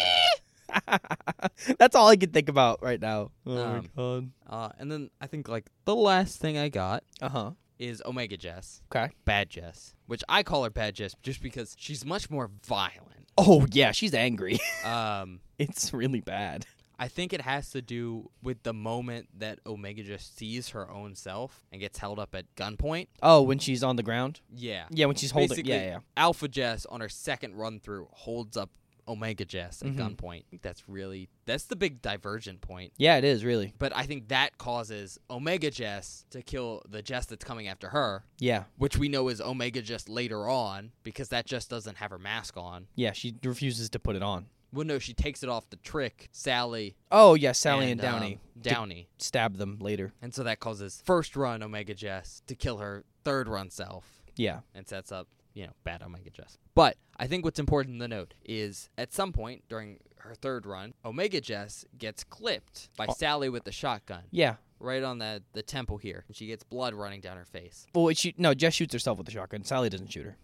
that's all I can think about right now. Oh
Um,
god.
uh, and then I think like the last thing I got
Uh huh.
is Omega Jess,
Okay.
Bad Jess, which I call her Bad Jess just because she's much more violent.
Oh yeah, she's angry.
Um,
it's really bad.
I think it has to do with the moment that Omega Jess sees her own self and gets held up at gunpoint.
Oh, when she's on the ground.
Yeah.
Yeah, when she's holding.
Basically,
yeah, yeah.
Alpha Jess on her second run through holds up Omega Jess at
Mhm.
gunpoint. That's really that's the big divergent point.
Yeah, it is really.
But I think that causes Omega Jess to kill the Jess that's coming after her,
Yeah,
which we know is Omega Jess later on because that Jess doesn't have her mask on.
yeah. She refuses to put it on.
Well, no, she takes it off the trick Sally,
Oh yeah, Sally and, Downey
um, Downey,
stab them later.
and so that causes first run Omega Jess to kill her third run self.
Yeah.
and sets up, you know, bad Omega Jess. But I think what's important to note is at some point during her third run, Omega Jess gets clipped
Oh.
by Sally with the shotgun
Yeah.
right on the, the temple here. And she gets blood running down her face.
Well, wait, she no. Jess shoots herself with the shotgun. Sally doesn't shoot her.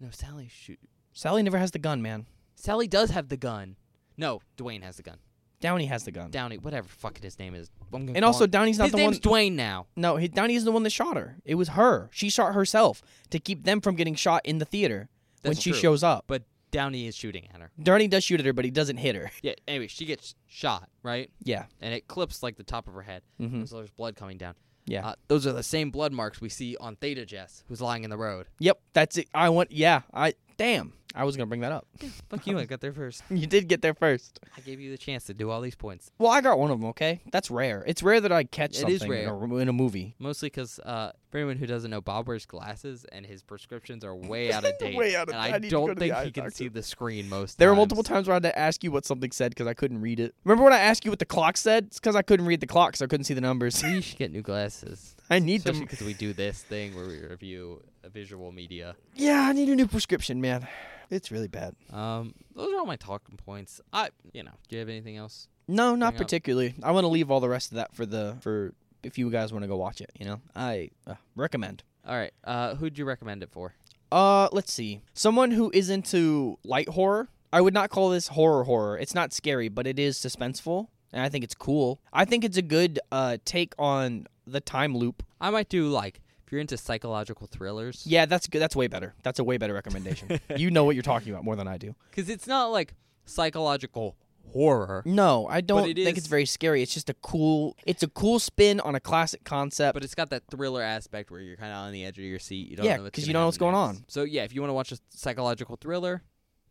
No, Sally shoot.
Sally never has the gun, man.
Sally does have the gun. No, Dwayne has the gun.
Downey has the gun.
Downey, whatever fucking his name is. I'm gonna
and
call
also,
him-
Downey's not
his
the one.
name's Dwayne now.
No, he, Downey isn't the one that shot her. It was her. She shot herself to keep them from getting shot in the theater when
That's
she
true.
shows up.
But Downey is shooting at her.
Downey does shoot at her, but he doesn't hit her.
Yeah. Anyway, she gets shot right,
Yeah.
and it clips like the top of her head.
hmm
And so there's blood coming down.
Yeah.
Uh, those are the same blood marks we see on Theta Jess, who's lying in the road.
Yep. That's it. I want. Yeah. I. Damn. I was gonna bring that up.
Fuck you, I got there first.
you did get there first.
I gave you the chance to do all these points.
Well, I got one of them. Okay. That's rare. It's rare that I catch
It is
something in
rare.
a, in a movie.
Mostly because, uh, for anyone who doesn't know, Bob wears glasses and his prescriptions are way out of date.
Way out of-
and
I
I,
need to go
don't
to the
think
eye
he can
doctor.
see the screen most
There were
times.
multiple times where I had to ask you what something said because I couldn't read it. Remember when I asked you what the clock said? It's because I couldn't read the clock, because I couldn't see the numbers.
We should get new glasses.
I need
Especially
them.
because we do this thing where we review uh, visual media.
Yeah, I need a new prescription, man. It's really bad.
Um, those are all my talking points. I, you know, do you have anything else?
No, not
Bring up-
particularly. I want to leave all the rest of that for the for if you guys want to go watch it. You know, I uh, recommend.
All right. Uh, who'd you recommend it for?
Uh, let's see. Someone who is into light horror. I would not call this horror horror. It's not scary, but it is suspenseful, and I think it's cool. I think it's a good uh take on the time loop.
I might do like If you're into psychological thrillers,
Yeah, that's good. That's way better. That's a way better recommendation. you know what you're talking about more than I do.
because it's not like psychological horror,
No, I don't
it
think it's
is-
very scary. It's just a cool. It's a cool spin on a classic concept.
but it's got that thriller aspect where you're kind of on the edge of your seat. You don't
Yeah,
know what's
'cause
gonna
you don't know what's
happen
going
next. So yeah, if you want to watch a psychological thriller,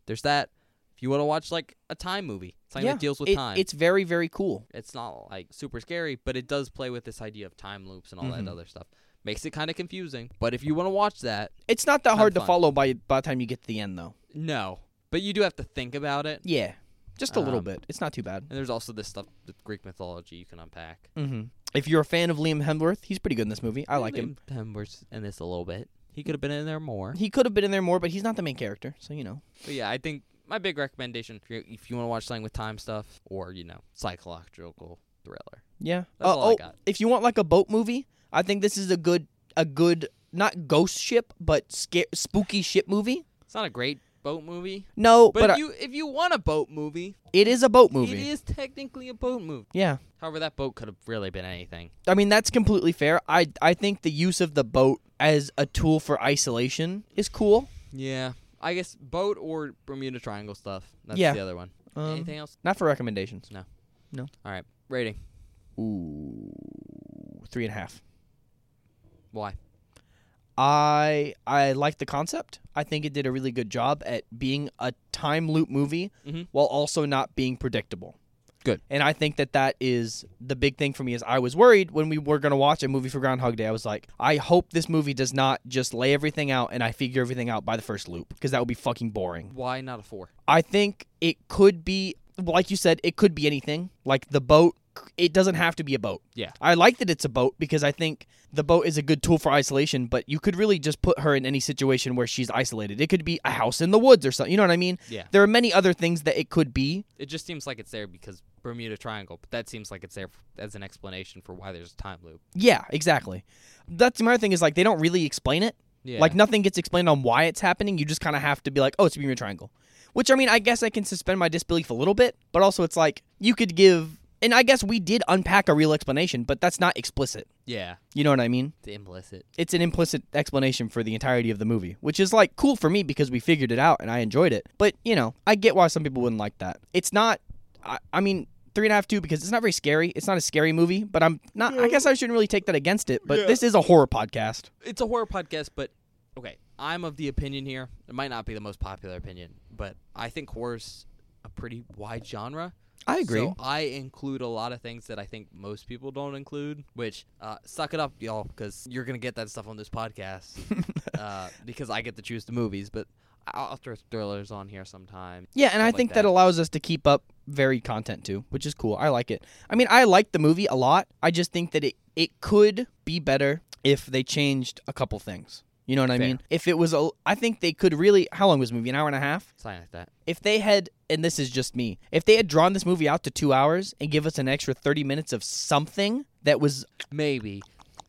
there's that. If you want to watch like a time movie, something
yeah,
that deals with
it-
time.
It's very very cool.
it's not like super scary, but it does play with this idea of time loops and all
Mhm.
that other stuff. Makes it kind of confusing, but if you want to watch that,
It's not that
Kinda
hard to
fun.
follow by by the time you get to the end though.
no. But you do have to think about it.
Yeah, just a little
Um,
bit. It's not too bad.
And there's also this stuff with Greek mythology you can unpack.
Mm-hmm. If you're a fan of Liam Hemsworth, he's pretty good in this movie. I like him.
Hemsworth in this a little bit. He could have been in there more.
He could have been in there more, but he's not the main character, so you know.
But yeah, I think my big recommendation if you, if you want to watch something with time stuff or you know psychological thriller.
Yeah.
That's
Uh,
all I
oh,
got.
if you want like a boat movie, I think this is a good a good not ghost ship, but sca- spooky ship movie.
It's not a great boat movie,
No,
but,
but,
if
uh,
you if you want a boat movie,
it is a boat movie.
it is technically a boat movie.
Yeah.
However, that boat could have really been anything.
I mean, that's completely fair. I I think the use of the boat as a tool for isolation is cool.
Yeah, I guess boat or Bermuda Triangle stuff. That's
Yeah.
the other one.
Um,
Anything else?
Not for recommendations.
All right, rating.
Ooh, three and a half.
Why?
I I like the concept. I think it did a really good job at being a time loop movie
Mhm.
while also not being predictable.
Good.
And I think that that is the big thing for me is I was worried when we were going to watch a movie for Groundhog Day. I was like, I hope this movie does not just lay everything out and I figure everything out by the first loop because that would be fucking boring.
Why not a four?
I think it could be, like you said, it could be anything. Like the boat, it doesn't have to be a boat.
Yeah.
I like that it's a boat because I think the boat is a good tool for isolation, but you could really just put her in any situation where she's isolated. It could be a house in the woods or something. You know what I mean?
Yeah.
There are many other things that it could be.
It just seems like it's there because Bermuda Triangle, but that seems like it's there f- as an explanation for why there's a time loop.
Yeah, exactly. That's my other thing is like they don't really explain it.
Yeah.
Like nothing gets explained on why it's happening. You just kind of have to be like, oh, it's a Bermuda Triangle. Which I mean, I guess I can suspend my disbelief a little bit, but also it's like you could give, and I guess we did unpack a real explanation, but that's not explicit.
yeah,
You know what I mean?
it's implicit.
It's an implicit explanation for the entirety of the movie, which is like cool for me because we figured it out and I enjoyed it. But you know, I get why some people wouldn't like that. It's not. I, I mean. Three and a half, two, because it's not very scary. It's not a scary movie, but I'm not. I guess I shouldn't really take that against it. But
Yeah.
this is a horror podcast.
It's a horror podcast, but okay, I'm of the opinion here. It might not be the most popular opinion, but I think horror's a pretty wide genre.
I agree.
So I include a lot of things that I think most people don't include, which uh, suck it up, y'all, because you're gonna get that stuff on this podcast uh, because I get to choose the movies. But I'll, I'll throw thrillers on here sometime.
Yeah, and I
like
think that.
that.
allows us to keep up varied content too, which is cool. I like it. I mean, I like the movie a lot. I just think that it it could be better if they changed a couple things. You know what I
Fair.
mean? If it was a, I think they could really. How long was the movie? An hour and a half.
Something like that.
If they had, and this is just me, if they had drawn this movie out to two hours and give us an extra thirty minutes of something that was
Maybe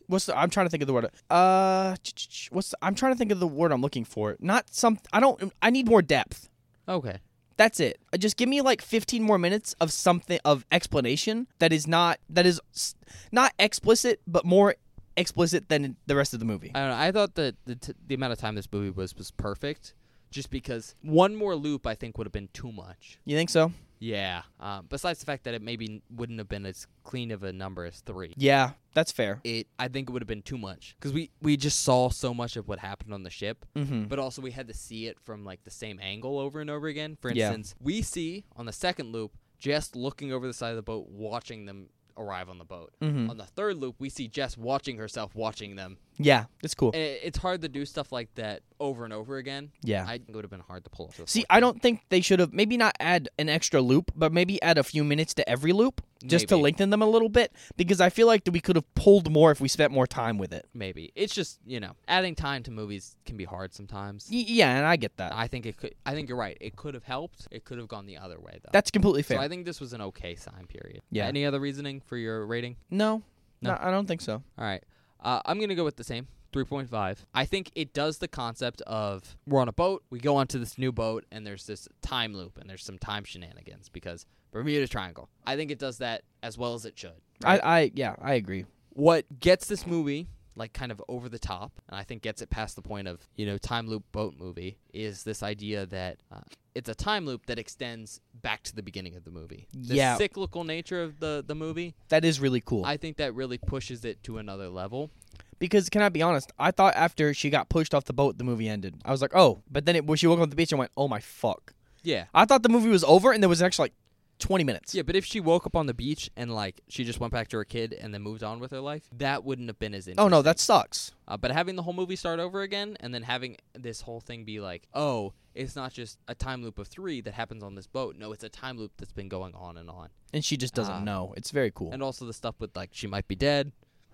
what's the, I'm trying to think of the word. Uh, ch- ch- ch- what's the, I'm trying to think of the word I'm looking for. Not some. I don't. I need more depth.
okay.
That's it. Uh, Just give me like 15 more minutes of something of explanation that is not that is s- not explicit but more explicit than the rest of the movie.
I don't know. I thought that the t- the amount of time this movie was was perfect, just because one more loop I think would have been too much.
You think so?
Yeah. Um, besides the fact that it maybe wouldn't have been as clean of a number as three.
Yeah, that's fair.
It I think it would have been too much because we we just saw so much of what happened on the ship,
Mhm.
but also we had to see it from like the same angle over and over again. For
Yeah.
instance, we see on the second loop Jess looking over the side of the boat, watching them arrive on the boat.
Mhm.
On the third loop, we see Jess watching herself watching them
Yeah, it's cool.
and it, it's hard to do stuff like that over and over again.
Yeah.
I think it would have been hard to pull off. to the
See,
fourth
I
one.
don't think they should have maybe not add an extra loop, but maybe add a few minutes to every loop just to
Maybe.
lengthen them a little bit because I feel like that we could have pulled more if we spent more time with it.
Maybe it's just you know adding time to movies can be hard sometimes.
Y- yeah, and I get that.
I think it could. I think you're right. It could have helped. It could have gone the other way though.
That's completely
so
fair.
I think this was an okay sign period.
Yeah.
Any other reasoning for your rating?
no,
No.
no, I don't think so.
All right. Uh, I'm gonna go with the same. 3.5. I think it does the concept of we're on a boat, we go onto this new boat, and there's this time loop and there's some time shenanigans because Bermuda Triangle. I think it does that as well as it should. right?
I, I yeah, I agree.
what gets this movie like kind of over the top, and I think gets it past the point of you know time loop boat movie is this idea that uh, it's a time loop that extends back to the beginning of the movie. The
Yeah.
cyclical nature of the the movie,
That is really cool.
I think that really pushes it to another level.
because can I be honest? I thought after she got pushed off the boat, the movie ended. I was like, oh, but then it, when she woke up at the beach, I went, oh my fuck.
Yeah.
I thought the movie was over, and there was actually like twenty minutes.
Yeah, but if she woke up on the beach and like she just went back to her kid and then moved on with her life, that wouldn't have been as interesting.
Oh no, that sucks.
Uh, but having the whole movie start over again and then having this whole thing be like, oh, it's not just a time loop of three that happens on this boat. No, it's a time loop that's been going on and on.
And she just doesn't
Ah.
know. It's very cool.
And also the stuff with like she might be dead.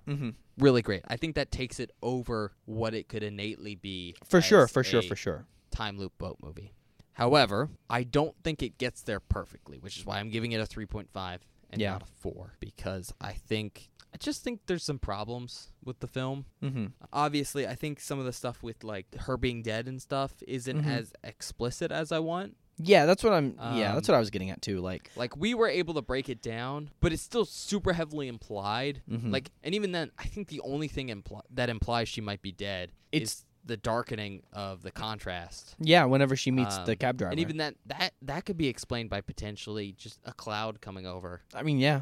mm-hmm.
Really great. I think that takes it over what it could innately be.
For
as
sure, for sure,
a
for sure.
Time loop boat movie. However, I don't think it gets there perfectly, which is why I'm giving it a 3.5 and
Yeah.
not a 4 because I think I just think there's some problems with the film.
Mm-hmm.
Obviously, I think some of the stuff with like her being dead and stuff isn't
Mhm.
as explicit as I want.
Yeah, that's what I'm. yeah, that's
Um,
what I was getting at too. Like,
Like we were able to break it down, but it's still super heavily implied.
Mhm.
Like and even then, I think the only thing impl- that implies she might be dead
It's-
is the darkening of the contrast.
yeah, whenever she meets the
Um,
cab driver.
And even that that that could be explained by potentially just a cloud coming over.
I mean, yeah,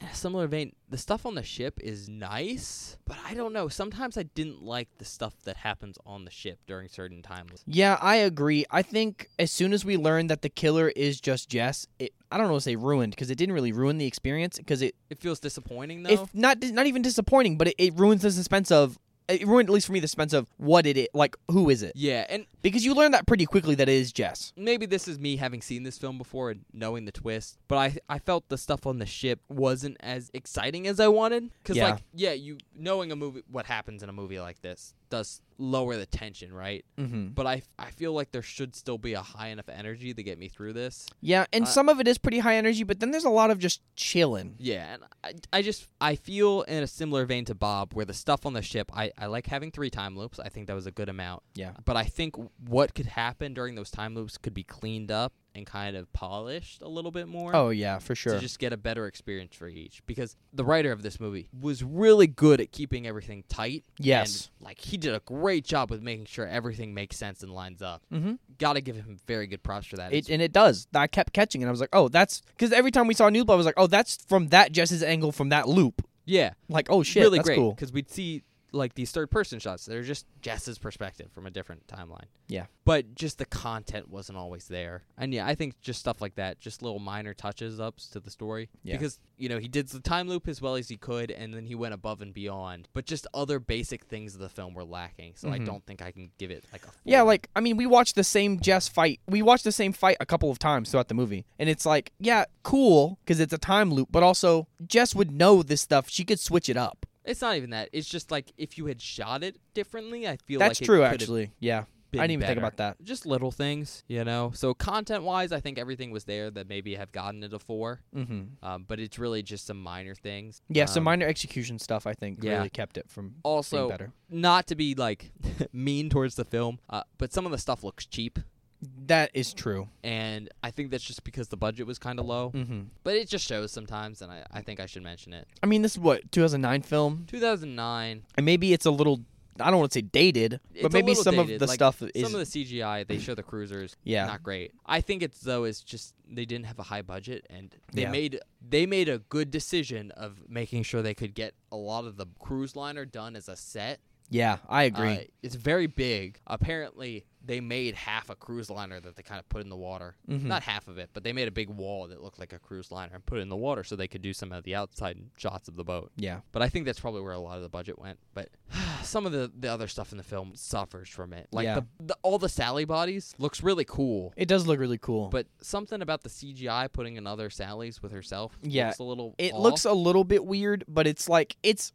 In a similar vein, the stuff on the ship is nice, but I don't know. Sometimes I didn't like the stuff that happens on the ship during certain times.
yeah, I agree. I think as soon as we learn that the killer is just Jess, it. I don't want to say ruined because it didn't really ruin the experience because it
It feels disappointing though.
if not not even disappointing, but it, it ruins the suspense of it ruined at least for me the suspense of what it is like who is it
yeah, and
because you learn that pretty quickly that it is Jess
maybe this is me having seen this film before and knowing the twist, but I I felt the stuff on the ship wasn't as exciting as I wanted cuz
Yeah.
like yeah, you knowing a movie what happens in a movie like this does lower the tension, right?
mm-hmm.
but I, I feel like there should still be a high enough energy to get me through this.
yeah and
Uh,
some of it is pretty high energy but then there's a lot of just chilling
Yeah, and I, I just I feel in a similar vein to Bob, where the stuff on the ship, I, I like having three time loops. I think that was a good amount.
Yeah.
but I think what could happen during those time loops could be cleaned up and kind of polished a little bit more.
oh yeah for sure
To just get a better experience for each, because the writer of this movie was really good at keeping everything tight.
yes
and, like he did a great job with making sure everything makes sense and lines up.
mm-hmm.
Got to give him very good props for that.
It, and it does. I kept catching it. I was like, oh, that's because every time we saw a new blood, I was like, oh, that's from that Jess's angle from that loop.
yeah,
Like, oh shit,
really
that's
great
cool.
because we'd see like these third person shots. They're just Jess's perspective from a different timeline.
Yeah.
But just the content wasn't always there. And yeah, I think just stuff like that, just little minor touches ups to the story.
Yeah.
Because, you know, he did the time loop as well as he could and then he went above and beyond. But just other basic things of the film were lacking. So I
Mhm.
don't think I can give it like a
Yeah,
four.
like I mean, we watched the same Jess fight. We watched the same fight a couple of times throughout the movie, and it's like, yeah, cool, because it's a time loop, but also Jess would know this stuff. She could switch it up.
it's not even that. It's just like if you had shot it differently, I feel
That's
like it
true,
could've
actually. Yeah, I
been
didn't even think
better.
about that.
just little things, you know. So content wise, I think everything was there that maybe have gotten it a four.
Mm-hmm.
Um, but it's really just some minor things.
Yeah,
um,
some minor execution stuff I think
yeah.
really kept it from being
Also,
better.
not to be like mean towards the film, uh, but some of the stuff looks cheap,
That is true.
and I think that's just because the budget was kind of low.
Mm-hmm.
But it just shows sometimes, and I, I think I should mention it.
I mean, this is what 2009 film.
2009,
and maybe it's a little I don't want to say dated,
It's a
but maybe
little
some
dated,
of the
like,
stuff is
some of the CGI they show the cruisers,
yeah.
not great. I think it's though is just they didn't have a high budget and they
Yeah.
made they made a good decision of making sure they could get a lot of the cruise liner done as a set.
yeah, I agree.
Uh, it's very big. Apparently, they made half a cruise liner that they kind of put in the water.
Mhm.
Not half of it, but they made a big wall that looked like a cruise liner and put it in the water so they could do some of the outside shots of the boat.
yeah.
But I think that's probably where a lot of the budget went. But some of the, the other stuff in the film suffers from it. Like
Yeah.
the, the all the Sally bodies looks really cool.
It does look really cool.
But something about the CGI putting another Sally's with herself
Yeah,
looks a little.
it
off.
looks a little bit weird, but it's like it's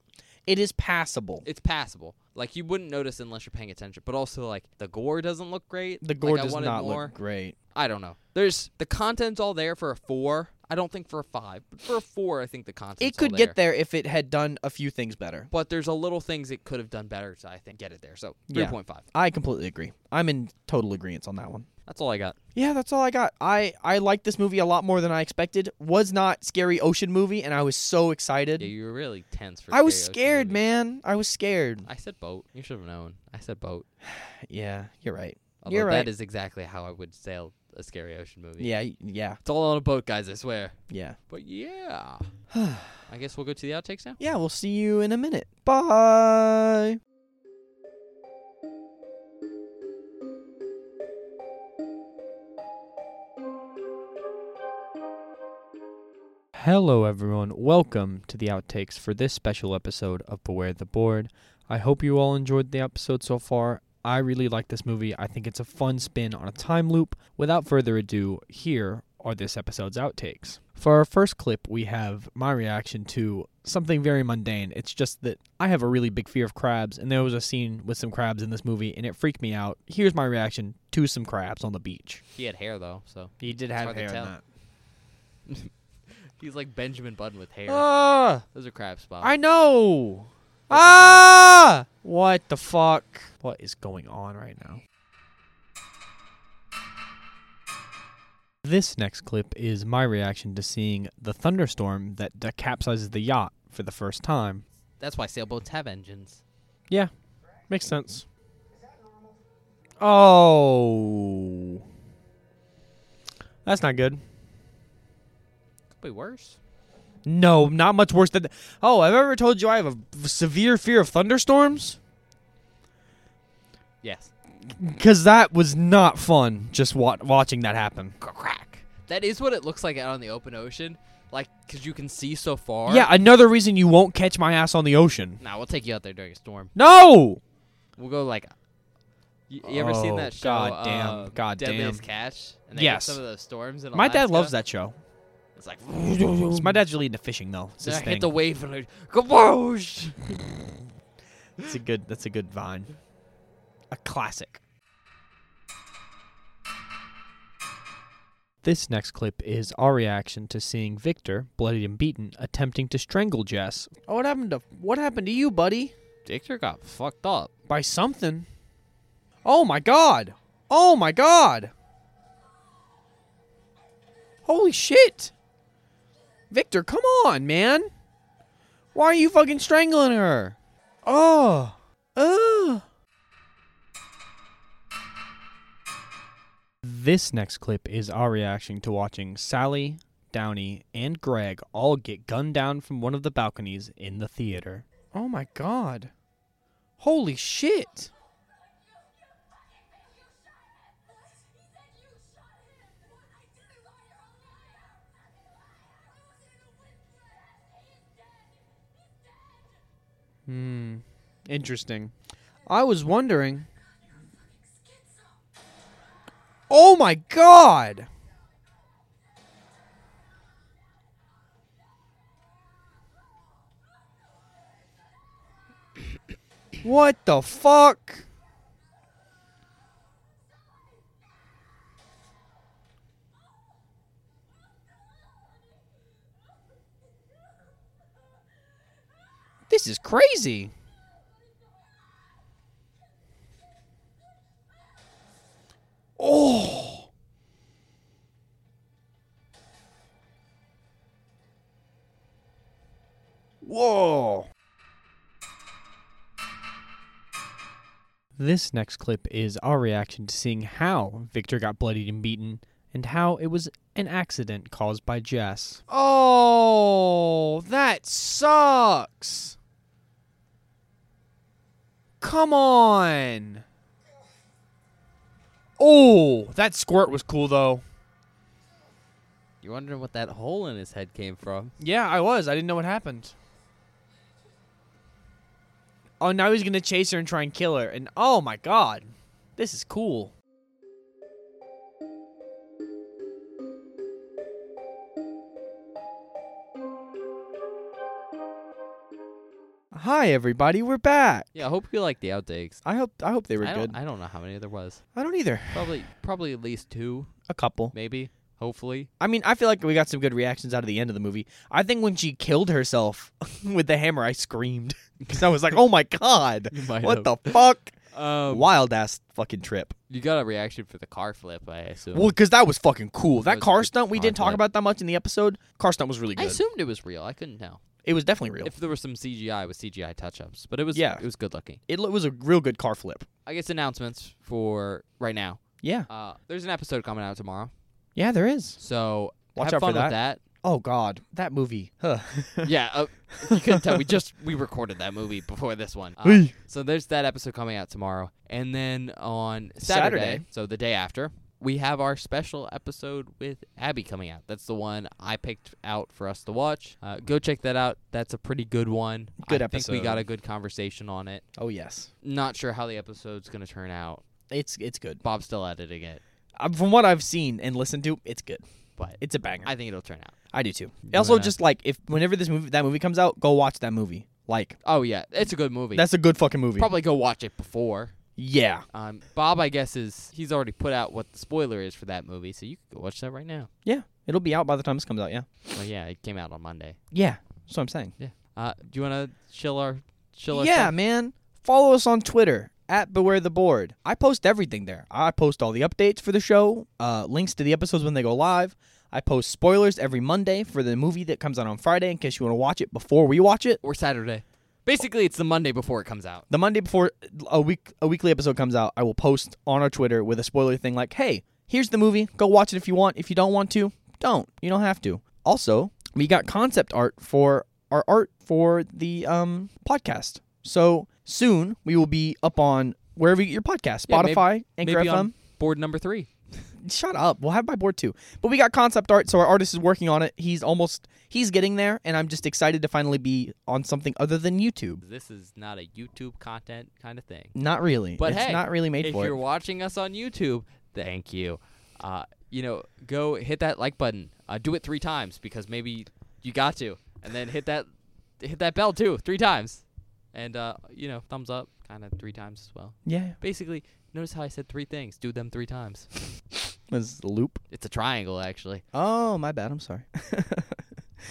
it is passable.
It's passable. Like you wouldn't notice unless you're paying attention. But also, like the gore doesn't look great.
the gore
like, I
does
wanted
not
more.
look great.
I don't know. There's the content's all there for a four. I don't think for a five, but for a four, I think the concept
It could get there if it had done a few things better.
But there's a little things it could have done better to I think get it there. So three
Yeah.
point five.
I completely agree. I'm in total agreement on that one.
That's all I got.
Yeah, that's all I got. I I liked this movie a lot more than I expected. Was not scary ocean movie, and I was so excited.
Yeah, you were really tense for.
I was
Scary Ocean
scared,
Movie.
man. I was scared.
I said boat. You should have known. I said boat.
Yeah, you're right.
Although
You're right.
that is exactly how I would sail a scary ocean movie.
Yeah, yeah,
It's all on a boat, guys. I swear.
yeah.
But yeah, I guess we'll go to the outtakes now.
Yeah, we'll see you in a minute. Bye. Hello, everyone. Welcome to the outtakes for this special episode of Beware the Board. I hope you all enjoyed the episode so far. I really like this movie. I think it's a fun spin on a time loop. Without further ado, here are this episode's outtakes. For our first clip, we have my reaction to something very mundane. It's just that I have a really big fear of crabs, and there was a scene with some crabs in this movie, and it freaked me out. Here's my reaction to some crabs on the beach.
He had hair though, so
He did
have hard to hair in tell. that. he's like Benjamin Button with hair.
Ah,
Those are crab spots.
I know.
That's a
Ah, what the fuck? What is going on right now? This next clip is my reaction to seeing the thunderstorm that d- capsizes the yacht for the first time.
That's why sailboats have engines.
Yeah, makes sense. Oh, that's not good.
Could be worse.
No, not much worse than. Oh, I've ever told you I have a v- severe fear of thunderstorms
Yes.
because that was not fun. Just wa- watching that happen.
Crack. That is what it looks like out on the open ocean, like because you can see so far.
Yeah, another reason you won't catch my ass on the ocean.
Nah, we'll take you out there during a storm.
No.
We'll go like. You, you ever seen
Oh,
that show?
God damn,
uh,
God
Deadliest
damn.
Catch. And they
Yes.
Get some of those storms. In
My dad
Alaska?
loves that show.
It's like.
So my dad's really into fishing though. It's
Then
his
I
thing.
hit the wave and I kaboosh.
That's a good. That's a good vine. A classic. This next clip is our reaction to seeing Victor, bloodied and beaten, attempting to strangle Jess. Oh, what happened to what happened to you, buddy?
Victor got fucked up.
By something. Oh my god. Oh my god. Holy shit. Victor, come on, man. Why are you fucking strangling her? Oh. Ugh. This next clip is our reaction to watching Sally, Downey, and Greg all get gunned down from one of the balconies in the theater. Oh my god. Holy shit. Hmm. Interesting. I was wondering. Oh my god! What the fuck? This is crazy. Oh. Whoa. This next clip is our reaction to seeing how Victor got bloodied and beaten and how it was an accident caused by Jess. Oh, that sucks. Come on. Oh, that squirt was cool though.
You're wondering what that hole in his head came from.
Yeah, I was. I didn't know what happened. Oh, now he's going to chase her and try and kill her. And oh my god. This is cool. Hi everybody, we're back.
Yeah, I hope you like the outtakes.
I hope I hope they were
I
good.
don't, I don't know how many there was.
I don't either.
Probably, probably at least two,
A couple.
maybe. Hopefully,
I mean, I feel like we got some good reactions out of the end of the movie. I think when she killed herself with the hammer, I screamed because I was like, "Oh my god, what the fuck!"
the? Um,
Wild ass fucking trip.
You got a reaction for the car flip, I assume.
Well, because that was fucking cool.
That
That
was
car
good
stunt we didn't talk
concept.
about that much in the episode. Car stunt was really
I
good.
assumed it was real. I couldn't tell.
It was definitely real.
If there was some CGI, with CGI touch-ups, but it was
Yeah.
it was good looking.
It lo- was a real good car flip.
I guess announcements for right now.
Yeah,
Uh, there's an episode coming out tomorrow,
yeah, there is.
so
Watch
have
out for
fun with that.
Oh god, that movie. Huh.
yeah, uh, you couldn't tell. We just we recorded that movie before this one. Uh,
Hey.
so there's that episode coming out tomorrow, and then on Saturday,
Saturday.
so the day after, we have our special episode with Abby coming out. That's the one I picked out for us to watch. Uh, go check that out. That's a pretty good one.
Good
I Think
episode.
we got a good conversation on it.
Oh yes,
Not sure how the episode's gonna turn out.
it's it's good.
Bob's still editing it,
Uh, From what I've seen and listened to, it's good.
but
It's a banger.
I think it'll turn out.
I do too.
You
Also,
wanna-
just like if whenever this movie that movie comes out, go watch that movie. Like
Oh yeah, it's a good movie.
that's a good fucking movie.
Probably go watch it before.
Yeah,
Um, Bob, I guess is he's already put out what the spoiler is for that movie, so you can go watch that right now.
yeah. It'll be out by the time this comes out. Yeah,
Well, yeah, it came out on Monday.
yeah. That's what I'm saying.
Uh, do you want to chill our chill our
yeah,
stuff?
man. Follow us on Twitter at Beware the Board. I post everything there. I post all the updates for the show, uh, links to the episodes when they go live. I post spoilers every Monday for the movie that comes out on Friday in case you want to watch it before we watch it.
or Saturday? Basically, it's the Monday before it comes out.
The Monday before a week a weekly episode comes out, I will post on our Twitter with a spoiler thing like, "Hey, here's the movie. Go watch it if you want. If you don't want to, don't. You don't have to." Also, we got concept art for our art for the um podcast. So soon we will be up on wherever you get your podcast,
Yeah, maybe-
Spotify, Anchor
Maybe
FM.
on board number three.
Shut up. We'll have my board too. But we got concept art, so our artist is working on it. He's almost he's getting there, and I'm just excited to finally be on something other than YouTube.
This is not a YouTube content kind of thing.
Not really.
But
it's
hey,
not really made
if
for it.
you're watching us on YouTube, thank you. Uh, you know, go hit that like button. Uh, do it three times because maybe you got to, and then hit that hit that bell too three times, and uh, you know, thumbs up kind of three times as well.
Yeah.
Basically, notice how I said three things. Do them three times.
was the loop.
It's a triangle actually.
Oh, my bad. I'm sorry.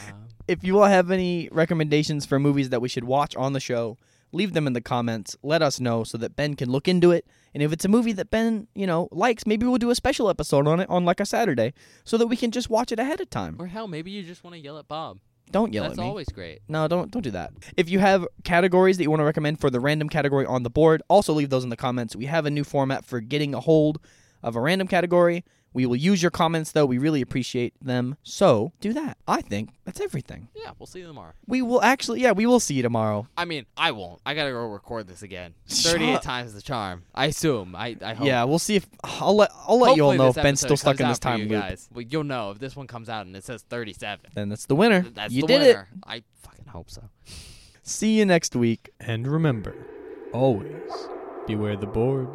Um,
if you all have any recommendations for movies that we should watch on the show, leave them in the comments. Let us know so that Ben can look into it. And if it's a movie that Ben, you know, likes, maybe we'll do a special episode on it on like a Saturday so that we can just watch it ahead of time.
or hell, maybe you just want to yell at Bob.
Don't yell
That's
at me.
always great.
No, don't don't do that. If you have categories that you want to recommend for the random category on the board, also leave those in the comments. We have a new format for getting a hold of a random category. We will use your comments though. We really appreciate them. So, do that. I think that's everything.
Yeah, we'll see you tomorrow.
We will actually yeah, we will see you tomorrow.
I mean, I won't. I gotta go record this again.
Shut
Thirty-eight
up.
times the charm. I assume. I I hope.
Yeah, we'll see if I'll let I'll let you all
Hopefully
know if
this
Ben's
episode
still stuck
comes
in
out
this
for
time
you
loop.
Guys. Well, you'll know if this one comes out and it says 37.
Then that's the winner.
That's
you
the
did
winner. I fucking hope so.
it. See you next week. And remember, always beware the board.